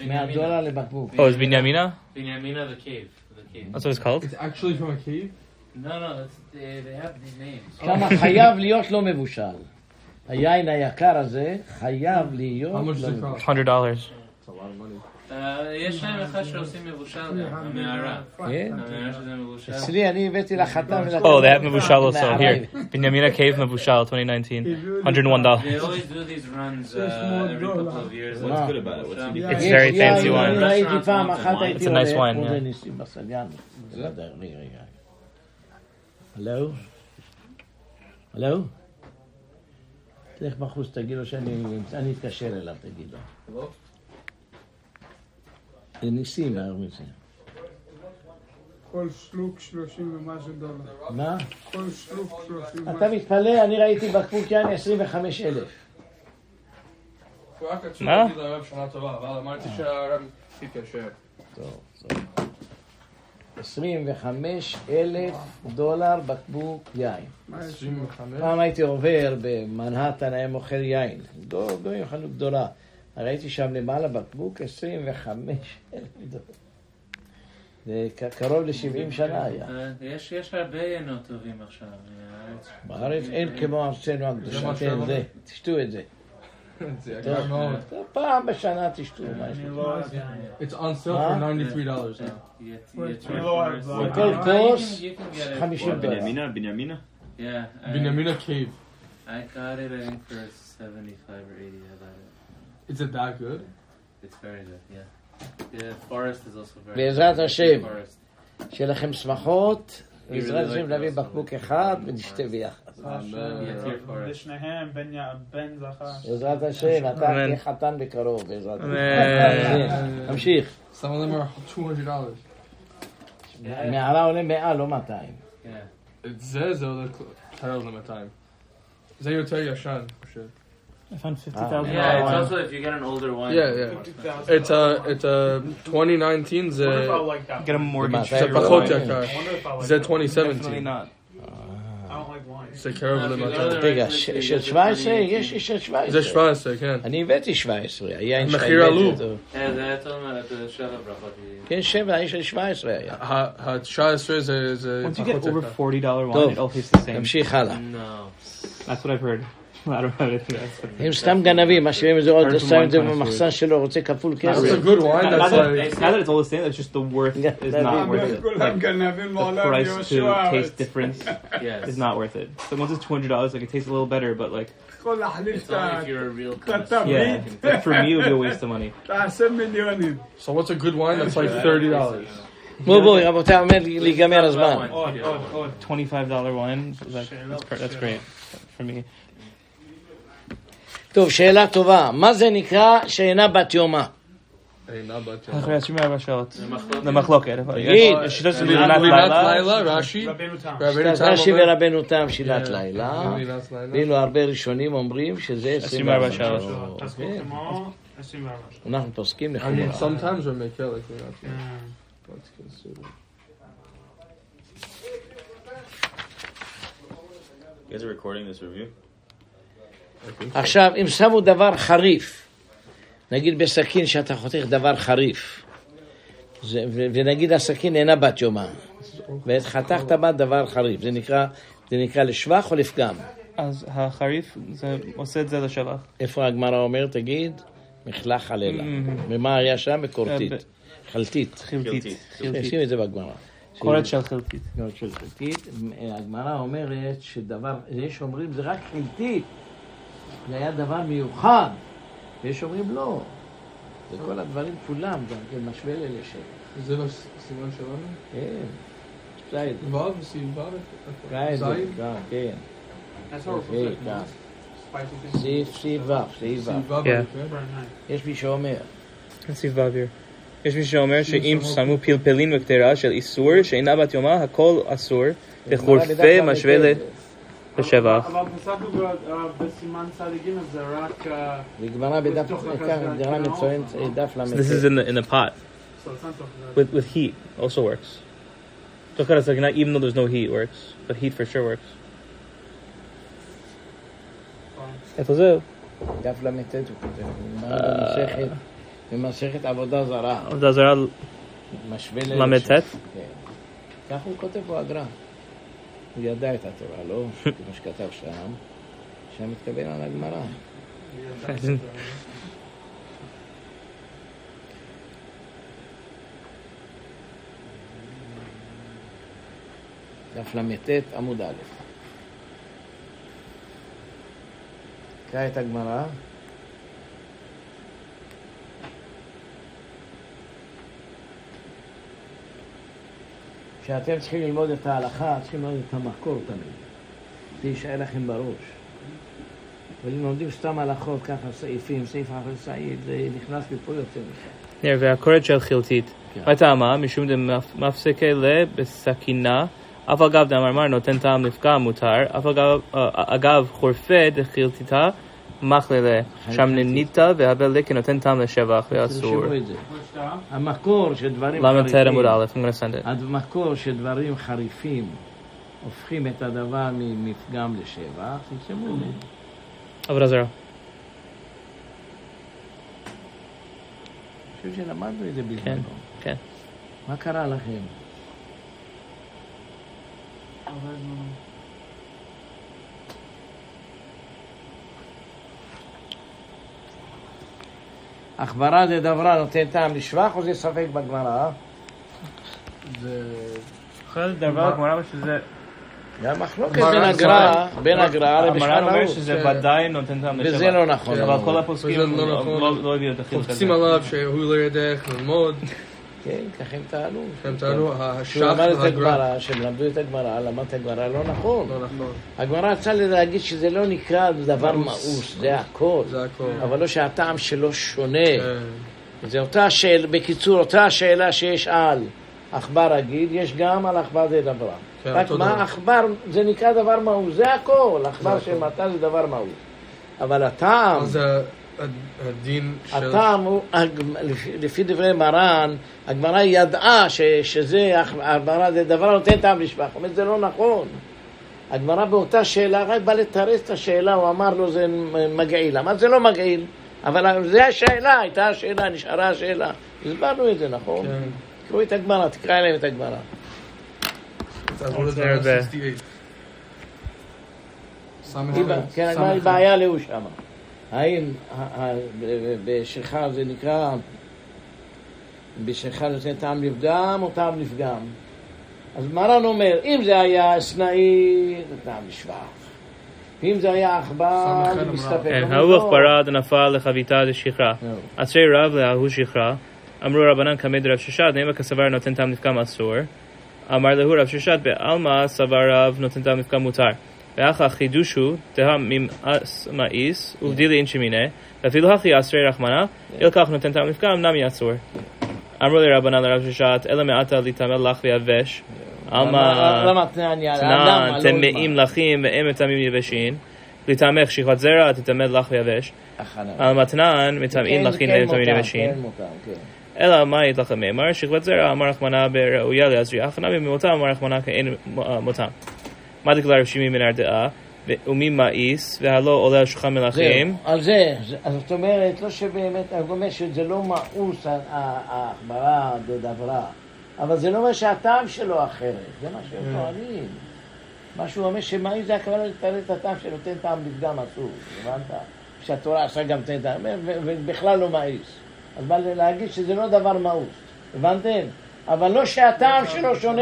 Speaker 1: מאה דולר לבקבוק.
Speaker 8: אה. או, זה בנימינה?
Speaker 5: Binyamina the cave. The cave.
Speaker 8: That's what it's called?
Speaker 4: It's actually from a cave?
Speaker 5: No, no, it's, they, they have these names.
Speaker 1: כמה חייב להיות לא מבושל. היין היקר הזה חייב להיות
Speaker 4: How
Speaker 1: לא
Speaker 4: much does it
Speaker 1: מבושל.
Speaker 4: cost?
Speaker 8: $100.
Speaker 4: It's a lot of money.
Speaker 5: Uh, יש להם אחד שעושים מבושל, המערה.
Speaker 1: כן?
Speaker 5: המערה שזה מבושל.
Speaker 1: אצלי, אני הבאתי לחתן ולחתן.
Speaker 8: Oh, they have מבושל also. Here. בנימינה Cave מבושל 2019. $101.
Speaker 5: They always do these runs uh, every couple of years.
Speaker 1: What's good
Speaker 5: about it? What's
Speaker 8: It's very
Speaker 1: יש יין,
Speaker 8: fancy wine.
Speaker 1: אני ראיתי פעם אחת,
Speaker 5: It's a
Speaker 1: הייתי
Speaker 8: nice
Speaker 1: הולך,
Speaker 8: wine,
Speaker 1: כמו
Speaker 8: yeah.
Speaker 1: בניסים בסגן. לא יודע, רגע, רגע. הלו? הלו? תלך בחוץ, תגיד לו שאני אני אתקשר אליו, תגיד לו.
Speaker 9: לא.
Speaker 1: זה ניסים, הרב ניסים.
Speaker 10: כל שלוק 30 ומשהו דולר.
Speaker 9: לא.
Speaker 1: מה?
Speaker 10: כל שלוק 30
Speaker 1: אתה
Speaker 10: ומשהו.
Speaker 1: מתפלא, אני ראיתי בקבוק יין 25,000.
Speaker 4: הוא רק רצו
Speaker 8: מה?
Speaker 4: להגיד לרב שנה טובה, אבל אמרתי שהרב יתקשר.
Speaker 1: טוב, טוב. 25 אלף דולר בקבוק יין.
Speaker 4: 25?
Speaker 1: פעם הייתי עובר במנהטן, היה מוכר יין. גו- גויים, חנות גדולה. ראיתי שם למעלה בקבוק 25 אלף דולר. זה ק- קרוב ל-70 שנה היה.
Speaker 5: יש יש הרבה יינות טובים עכשיו. מהארץ.
Speaker 1: בארץ אין כמו ארצנו הקדושה,
Speaker 4: זה
Speaker 1: תן
Speaker 4: מה
Speaker 1: זה, תשתו את זה.
Speaker 4: זה
Speaker 1: טוב.
Speaker 4: יקר מאוד.
Speaker 1: טוב, פעם בשנה תשתו
Speaker 4: אה,
Speaker 1: משהו.
Speaker 4: It's on sale for
Speaker 1: Huh?
Speaker 4: $93 now.
Speaker 5: יצ-
Speaker 10: Well,
Speaker 5: יצור
Speaker 10: well,
Speaker 5: פרס.
Speaker 10: well,
Speaker 1: כל
Speaker 5: You
Speaker 1: כוס,
Speaker 5: can- you can
Speaker 4: אה,
Speaker 5: get it.
Speaker 1: 50 דולר.
Speaker 5: Yeah, I-
Speaker 4: Benamina Cave.
Speaker 5: I got it, I think, for 75 or 80. I bought it.
Speaker 4: Is it that good?
Speaker 5: It's very good, yeah. The forest is also very
Speaker 1: בעזרת השם.
Speaker 5: forest.
Speaker 1: שיהיה לכם שמחות,
Speaker 4: אה,
Speaker 5: really
Speaker 1: בעזרת
Speaker 5: like
Speaker 1: השם נביא
Speaker 5: this.
Speaker 1: בקבוק אחד ונשתה ביחד.
Speaker 5: Yeah, tear forest.
Speaker 2: לשניהם, בן יא- בן זכר.
Speaker 4: אה,
Speaker 1: בעזרת השם, אתה
Speaker 11: אמן.
Speaker 1: תהיה חתן בקרוב, בעזרת השם.
Speaker 4: אה,
Speaker 11: אמן.
Speaker 1: תמשיך.
Speaker 4: Some of them are two hundred dollars.
Speaker 1: מערה עולה מאה, לא 200.
Speaker 4: It
Speaker 5: Yeah.
Speaker 4: says though the cl- titles on my time. Zayo Tay Yashan. for sure.
Speaker 3: I found
Speaker 1: $50,000
Speaker 5: Yeah, it's
Speaker 1: Yeah.
Speaker 5: also if you get an older one.
Speaker 4: Yeah, yeah. It's a it's a 2019
Speaker 2: I wonder if I
Speaker 4: the
Speaker 2: like that.
Speaker 3: Get a
Speaker 2: one.
Speaker 3: mortgage.
Speaker 1: The Matai
Speaker 3: for
Speaker 4: the
Speaker 3: your
Speaker 1: Pachot
Speaker 3: wife.
Speaker 4: Pakota car.
Speaker 2: I wonder if I like
Speaker 4: The
Speaker 2: that.
Speaker 3: Definitely
Speaker 4: 2017.
Speaker 3: not.
Speaker 2: I don't like wine.
Speaker 4: It's a caravan of my time.
Speaker 1: רגע, ש-
Speaker 4: אה,
Speaker 1: של 17? יש איש של 17.
Speaker 4: The Shvasa can.
Speaker 1: אני הבאתי 17, היין שלך
Speaker 4: המחיר עלו.
Speaker 1: הבאתי אותו.
Speaker 5: Yeah, that's on the Sheva Brachot.
Speaker 1: כן, שבע, האיש של 17 היה.
Speaker 4: Ha ha Shvasa is a is a
Speaker 3: Once you get over
Speaker 4: Pakota car.
Speaker 3: forty dollar
Speaker 1: Dove. Oh,
Speaker 3: wine, it all tastes the same.
Speaker 1: תמשיך הלאה.
Speaker 5: No.
Speaker 3: That's what I've heard. [laughs] I don't know anything else.
Speaker 1: הם סתם גנבים, משאירים את זה עוד,
Speaker 3: Cartoon
Speaker 1: שמים את זה
Speaker 3: one kind of
Speaker 1: במחסן שלו, רוצה כפול
Speaker 4: That's
Speaker 1: כסף.
Speaker 4: a good wine.
Speaker 3: Now
Speaker 4: That's like
Speaker 3: that, now that it's all the same, it's just the worth
Speaker 1: Yeah,
Speaker 3: is
Speaker 1: that's
Speaker 3: not
Speaker 1: it.
Speaker 3: worth it.
Speaker 12: כולם
Speaker 3: Like,
Speaker 12: גנבים
Speaker 3: the
Speaker 12: מעולם
Speaker 3: price to
Speaker 12: יהושע.
Speaker 3: taste difference is
Speaker 5: Yes.
Speaker 3: not worth it. So once it's two hundred dollars, like it tastes a little better, but like
Speaker 12: יכול להחליף את
Speaker 5: It's only
Speaker 12: ה...
Speaker 5: if you're a real
Speaker 3: yeah,
Speaker 5: connoisseur.
Speaker 3: [laughs] like for me it would be a waste of [laughs] money.
Speaker 12: תעשה מיליונים.
Speaker 4: so. What's a good wine? That's like thirty dollars.
Speaker 1: בואו בואו, רבותיי, עומד להיגמר הזמן.
Speaker 2: עוד, עוד, עוד.
Speaker 3: Twenty five dollar wine, like, that's, per- that's great for me.
Speaker 1: טוב, שאלה טובה. מה זה נקרא שאינה בת יומה?
Speaker 4: Hey, not bad.
Speaker 3: אחרי ה-24 שעות.
Speaker 5: The
Speaker 3: למחלוקת.
Speaker 1: תגיד.
Speaker 3: She doesn't do
Speaker 4: Not
Speaker 3: not לילה.
Speaker 4: Laila Rashi.
Speaker 2: רבנו תם.
Speaker 4: Rabbeinu Tam
Speaker 1: רש"י
Speaker 4: over-
Speaker 1: ורבנו תם
Speaker 4: כן.
Speaker 1: שילת לילה,
Speaker 4: Yeah, Levinas Laila.
Speaker 1: ואילו הרבה ראשונים אומרים שזה
Speaker 3: 24
Speaker 1: 24
Speaker 3: שעות.
Speaker 1: שעות.
Speaker 2: אז
Speaker 1: כן.
Speaker 2: כמו 24 שעות.
Speaker 1: אנחנו פוסקים
Speaker 4: I mean,
Speaker 1: לחומרה.
Speaker 4: sometimes we make it like we're not-
Speaker 2: Mm.
Speaker 4: what's considered.
Speaker 13: You guys are recording this review?
Speaker 1: עכשיו, אם שמו דבר חריף, נגיד בסכין שאתה חותך דבר חריף, זה- ו- ונגיד הסכין אינה בת יומה, וחתכת בה דבר חריף, זה נקרא- זה נקרא לשבח או לפגם?
Speaker 3: אז החריף זה עושה את זה לשבח.
Speaker 1: איפה הגמרא אומר, תגיד? מחלח עללה. ומה היה שם? מקורטית.
Speaker 3: אה,
Speaker 1: חלטית.
Speaker 3: חלטית.
Speaker 13: חלטית.
Speaker 1: שים את זה בגמרא.
Speaker 3: קורת של חלטית.
Speaker 1: מאוד כן. של חלקית. הגמרא אומרת שדבר, יש אומרים זה רק חלקית, זה היה דבר מיוחד, ויש אומרים לא. זה כל הדברים כולם, גם כן משווה לאלה ש...
Speaker 4: Is it a s- Siman Shalom?
Speaker 1: כן, תמצא את זה.
Speaker 4: Vav, see Vav?
Speaker 1: תמצא את זה,
Speaker 4: Zayin?
Speaker 1: גם, כן.
Speaker 2: That's all
Speaker 1: יפה,
Speaker 2: we're
Speaker 1: גם.
Speaker 2: Spicy things.
Speaker 1: אוקיי, סעיף, סעיף ו', סעיף
Speaker 4: See
Speaker 1: ו'.
Speaker 4: Vav,
Speaker 3: Yeah.
Speaker 4: okay.
Speaker 2: Very nice.
Speaker 1: יש מי שאומר,
Speaker 3: נציב באוויר. יש מי שאומר שאם שמו פלפלים בקדרה של איסור שאינה בת יומה, הכל אסור, וחורפה משווה ל- לשבח.
Speaker 2: אבל פסקנו ב- בסימן צדיקים זה רק... אה,
Speaker 1: זה גמרא בדף, כאן גמרא מצוין אה, דף ל"ט.
Speaker 3: This is in the, in the pot
Speaker 2: סולסן תוך זה.
Speaker 3: with, with heat also works. So kind of like not even though there's no heat works, but heat for sure works. איפה זהו?
Speaker 1: דף ל"ט הוא כותב, גמרא במסכת- במסכת עבודה זרה,
Speaker 3: עבודה זרה
Speaker 1: משווה ל...
Speaker 3: ל"ט?
Speaker 1: כן. ככה הוא כותב פה הגר"א. הוא ידע את התורה, לא? כמו שכתב שם, שם מתכוון על הגמרא. דף ל"ט עמוד א'. קרא את הגמרא. כשאתם צריכים ללמוד את ההלכה, צריכים ללמוד את המקור תמיד. זה יישאר לכם בראש. ואם לומדים סתם הלכות, ככה סעיפים, סעיף אחרי סעיף, זה נכנס לפה יותר משם.
Speaker 3: כן, והקורת של חלטית.
Speaker 1: כן.
Speaker 3: מה טעמה? משום דמפסקי ל בסכינה. אף על גב דאמרמר נותן טעם לפגם מותר. אף על גב, אה, אגב, חורפה דחלטיתה מחללה. שם ניניתה והבל לקי נותן טעם לשבח ואסור.
Speaker 1: תרשמו את זה.
Speaker 2: טעם?
Speaker 1: המקור של דברים
Speaker 3: ל"ט עמוד א', I'm gonna send
Speaker 1: אה.
Speaker 3: it.
Speaker 1: המקור של דברים חריפים הופכים את הדבר מפגם לשבח, תרשמו את זה.
Speaker 3: עבודה
Speaker 1: אה,
Speaker 3: זרה.
Speaker 1: אני חושב שלמדנו את זה בזמנו.
Speaker 3: כן, כן.
Speaker 1: מה קרה לכם? עכברא דדברא נותן טעם לשבח או זה ספק בגמרא?
Speaker 4: The
Speaker 3: אחרי דבר, הגמרא שזה
Speaker 1: והמחלוקת בין הגרא, בין הגרא למשנה
Speaker 8: המרן אומר
Speaker 1: נעוץ.
Speaker 8: שזה ודאי נותן טעם לשבת.
Speaker 1: וזה לא נכון.
Speaker 8: אבל כל הפוסקים
Speaker 4: וזה לא נכון.
Speaker 8: לא לא הביאו את החילוק הזה.
Speaker 4: קופצים עליו שהוא לא יודע איך ללמוד,
Speaker 1: כן, ככה הם טענו.
Speaker 4: הם כן, טענו, השח
Speaker 1: כשהוא למד את
Speaker 4: והגרא.
Speaker 1: הגמרא, כשהם למדו את הגמרא, למד את הגמרא לא נכון.
Speaker 4: לא נכון,
Speaker 1: הגמרא רצה להגיד שזה לא נקרא דבר מאוס, זה הכל.
Speaker 4: זה הכל.
Speaker 1: אבל לא שהטעם שלו שונה.
Speaker 4: כן.
Speaker 1: זה אותה שאלה, בקיצור, אותה שאלה שיש על עכבר רגיל, יש גם על עכבר זה דבר.
Speaker 4: כן,
Speaker 1: רק
Speaker 4: אותו
Speaker 1: מה
Speaker 4: דבר.
Speaker 1: עכבר, זה נקרא דבר מהות, זה הכל. עכבר שמטה זה דבר מהות. אבל הטעם,
Speaker 4: אז ה- הדין של...
Speaker 1: הטעם הוא, הג- לפי- לפי דברי מרן, הגמרא ידעה ש- שזה, עכ- הגמרא זה דבר הנותן טעם לשבח. הוא אומר, זה לא נכון. הגמרא באותה שאלה, רק בא לתרץ את השאלה, הוא אמר לו זה מגעיל. אמר זה לא מגעיל, אבל זה השאלה, הייתה השאלה, נשארה השאלה. הסברנו את זה, נכון?
Speaker 4: כן.
Speaker 1: תקראו את הגמרא, תקרא אליהם את הגמרא.
Speaker 4: תעברו לדבר
Speaker 3: הרבה.
Speaker 4: 68. סמך
Speaker 1: היא-
Speaker 4: ב',
Speaker 1: כן,
Speaker 4: סמך
Speaker 1: הגמרא היא
Speaker 4: ב'.
Speaker 1: בעיה להוא שמה. האם ה- ה- ב- בשלך זה נקרא, בשלך נותן טעם לפגם או טעם לפגם? אז מרן אומר, אם זה היה סנאי, זה טעם לשבח. ואם זה היה עכבר,
Speaker 4: סמכן אמרה.
Speaker 1: מסתפק.
Speaker 3: כן,
Speaker 1: אבל
Speaker 3: ההוא
Speaker 1: לא.
Speaker 3: עכברה דנפה לחביתה דשכרה.
Speaker 1: זהו.
Speaker 3: עצי רב להוא שכרה. אמרו רבנן קמא דרב ששת, נאמר כסבר נותן טעם נפגם אסור. אמר להוא רב ששת, בעלמא סבר רב נותן טעם נפגם מותר. ואך החידוש הוא, דהא ממאס מאיס, ובדילי אין שמיני, ואפילו הכי אסרי רחמנה, אלכך נותן טעם נפגם, נמי אסור. אמרו לרבנן לרב ששת, אלא מעתה להתעמל לך ויבש.
Speaker 1: למה-
Speaker 3: עלמא...
Speaker 1: למה תנען יד?
Speaker 3: תנען, טמאים לחים ואין מטעמים יבשים. לטעמך שכבת זרע, תטמא לך ויבש. על מתנן,
Speaker 1: כן,
Speaker 3: מטמאים לחין ואין מטעמים יבשים. אלא מה יתלחם אמר? שכבת זרע, אמר רחמנה בראויה להזריע הכנה, וממותם אמר רחמנה כאין אה, מותם. מה דקלה רב שמעי מנהר דעה? ו- ומי מאיס, והלא עולה על שולחן מלכים.
Speaker 1: על זה, זה- אז זאת אומרת, לא שבאמת, אני אומר שזה לא מאוס ה- ה- ההחמרה בדברה, אבל זה לא אומר שהטעם שלו אחרת, זה מה שהם טוענים. מה שהוא אומר שמאי זה הכוונה לתרץ את הטעם שנותן טעם לפגם אסור, הבנת? שהתורה עשה גם תן טעם, ו- ו- ובכלל לא מאיס. אז בא להגיד שזה לא דבר מאוס, הבנתם? אבל לא שהטעם שלו שונה.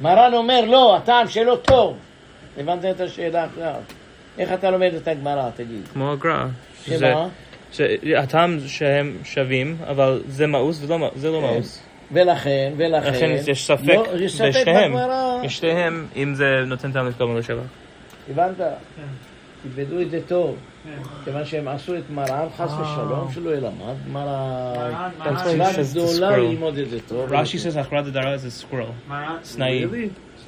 Speaker 1: מרן אומר, לא, הטעם שלו טוב. הבנתם את השאלה עכשיו? איך אתה לומד את הגמרא, תגיד?
Speaker 3: כמו הגרא. שזה-
Speaker 1: שמה?
Speaker 3: שהטעם שהם שווים, אבל זה מאוס וזה לא
Speaker 1: כן.
Speaker 3: מאוס.
Speaker 1: ולכן, ולכן...
Speaker 3: לכן יש ספק
Speaker 1: לא, יש ספק
Speaker 3: בשניהם.
Speaker 1: בגמרא.
Speaker 3: בשתיהם, אם זה נותן טעם לפגם או לא שווה.
Speaker 1: הבנת? תלמדו את זה טוב.
Speaker 2: אה,
Speaker 1: כיוון שהם עשו את מרן, חס ושלום, שלא יהיה למד גמרא.
Speaker 2: מרן, מרן.
Speaker 1: מצווה
Speaker 3: Says the
Speaker 1: גדולה
Speaker 3: scroll.
Speaker 1: ללמוד את זה טוב.
Speaker 3: Rashi says Achra Dara is a squirrel.
Speaker 2: מרן-
Speaker 3: Snai.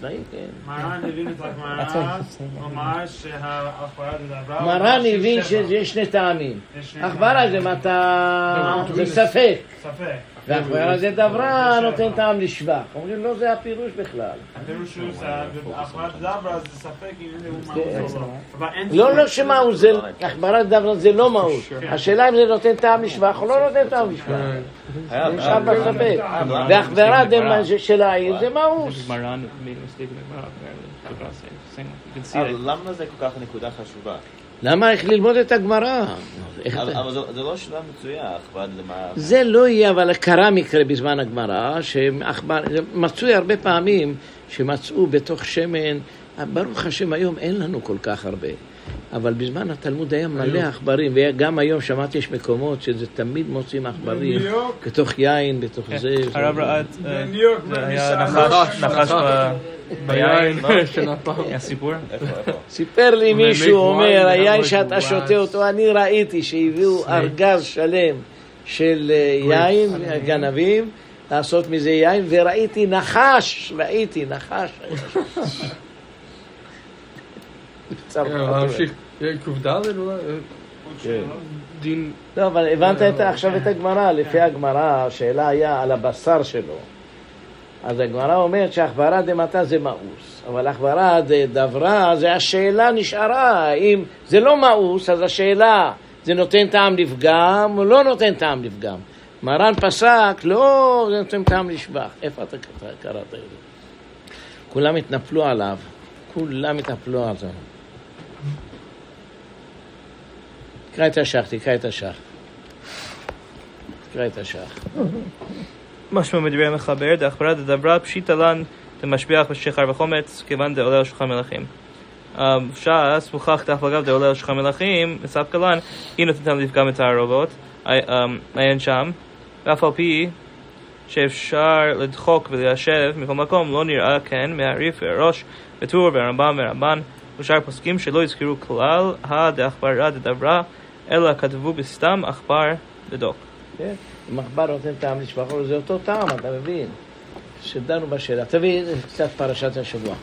Speaker 1: צנאי, כן.
Speaker 2: מרן הבין את הגמרא, הוא אמר שההפרעה זה דבר...
Speaker 1: מרן
Speaker 2: שיש
Speaker 1: הבין
Speaker 2: שבע.
Speaker 1: שיש שני טעמים.
Speaker 2: יש שני
Speaker 1: עכברא זה
Speaker 2: דברים.
Speaker 1: מטה... זה ספק.
Speaker 2: ספק.
Speaker 1: והעכברא זה דברה נותן טעם לשבח. אומרים, לא זה הפירוש בכלל.
Speaker 2: הפירוש הוא שההפרעה אה, זה דבר, זה ספק אם הוא מאוס או לא. אבל אין
Speaker 1: לא,
Speaker 2: ספק.
Speaker 1: לא שמאוז, זה החמרת דבר זה לא מאוז. השאלה אם זה נותן טעם לשבח או לא נותן טעם לשבח.
Speaker 9: חייב,
Speaker 1: נשאר
Speaker 9: חייב.
Speaker 1: בספק.
Speaker 9: אבל-
Speaker 1: והחברה דמה של העיר זה מאוז.
Speaker 3: Maran made a mistake in the Gemara, apparently. The Gemara says, same one. You can see
Speaker 9: אבל
Speaker 3: it.
Speaker 9: למה זה כל כך נקודה חשובה?
Speaker 1: למה איך ללמוד את הגמרא? איך-
Speaker 9: אבל אבל זה- זה לא שאלה מצויה, אבל זה מה...
Speaker 1: זה לא יהיה, אבל קרה מקרה בזמן הגמרא, שעכבר, מצוי הרבה פעמים שמצאו בתוך שמן, ברוך השם היום אין לנו כל כך הרבה, אבל בזמן התלמוד היה מלא עכברים, וגם היום שמעתי יש מקומות שזה תמיד מוצאים עכברים,
Speaker 10: בניו יורק. כן.
Speaker 1: בתוך יין, בתוך זה. לא- זה-
Speaker 8: הרב ראה את... אה,
Speaker 10: בניו יורק,
Speaker 8: זה היה
Speaker 10: במשען.
Speaker 8: נחש, נחש ב- ביין.
Speaker 4: ביין שנפל.
Speaker 8: הסיפור?
Speaker 9: איפה, איפה?
Speaker 1: סיפר לי
Speaker 4: When they
Speaker 1: מישהו,
Speaker 4: make
Speaker 1: אומר,
Speaker 4: wine, they
Speaker 1: היין
Speaker 4: have
Speaker 1: שאתה
Speaker 4: like
Speaker 1: שותה
Speaker 4: wax.
Speaker 1: אותו, אני ראיתי שהביאו ארגז שלם של אה, יין, גנבים, לעשות מזה יין, וראיתי נחש, ראיתי נחש.
Speaker 4: כן, אבל להמשיך. אה, ק"ד אולי? אה,
Speaker 1: כן.
Speaker 4: דין...
Speaker 1: לא, אבל הבנת את, עכשיו את הגמרא, לפי הגמרא, השאלה היה על הבשר שלו. אז הגמרא אומרת שעכברא דמתא זה מאוס, אבל עכברא דברא זה השאלה נשארה, אם זה לא מאוס, אז השאלה זה נותן טעם לפגם או לא נותן טעם לפגם. מרן פסק, לא, זה נותן טעם לשבח. איפה אתה קראת- קראת את זה? כולם התנפלו עליו, כולם התנפלו עליו. תקרא את השח, תקרא את השח. תקרא את השח.
Speaker 3: משמע מדברי המחבר, דאחברא דדברא פשיטא לן דמשפיח ושיכר וחומץ, כיוון דעולה על שולחן מלכים. אה, ש"ס מוכח דף אגב דעולה על שולחן מלכים, מספקא לן, היא נותנת להם לפגם את הערובות, אה, אה, עיין שם, ואף על פי שאפשר לדחוק וליישב מכל מקום, לא נראה כן מהריף והראש, וטור והרמב"ם והרמב"ן ושאר פוסקים שלא הזכירו כלל הדעכברא דדברה, אלא כתבו בסתם עכבר בדוק.
Speaker 1: כן? אם עכבר נותן טעם לשבחו, זה אותו טעם, אתה מבין? שדנו בשאלה. תביא קצת פרשת השבוע.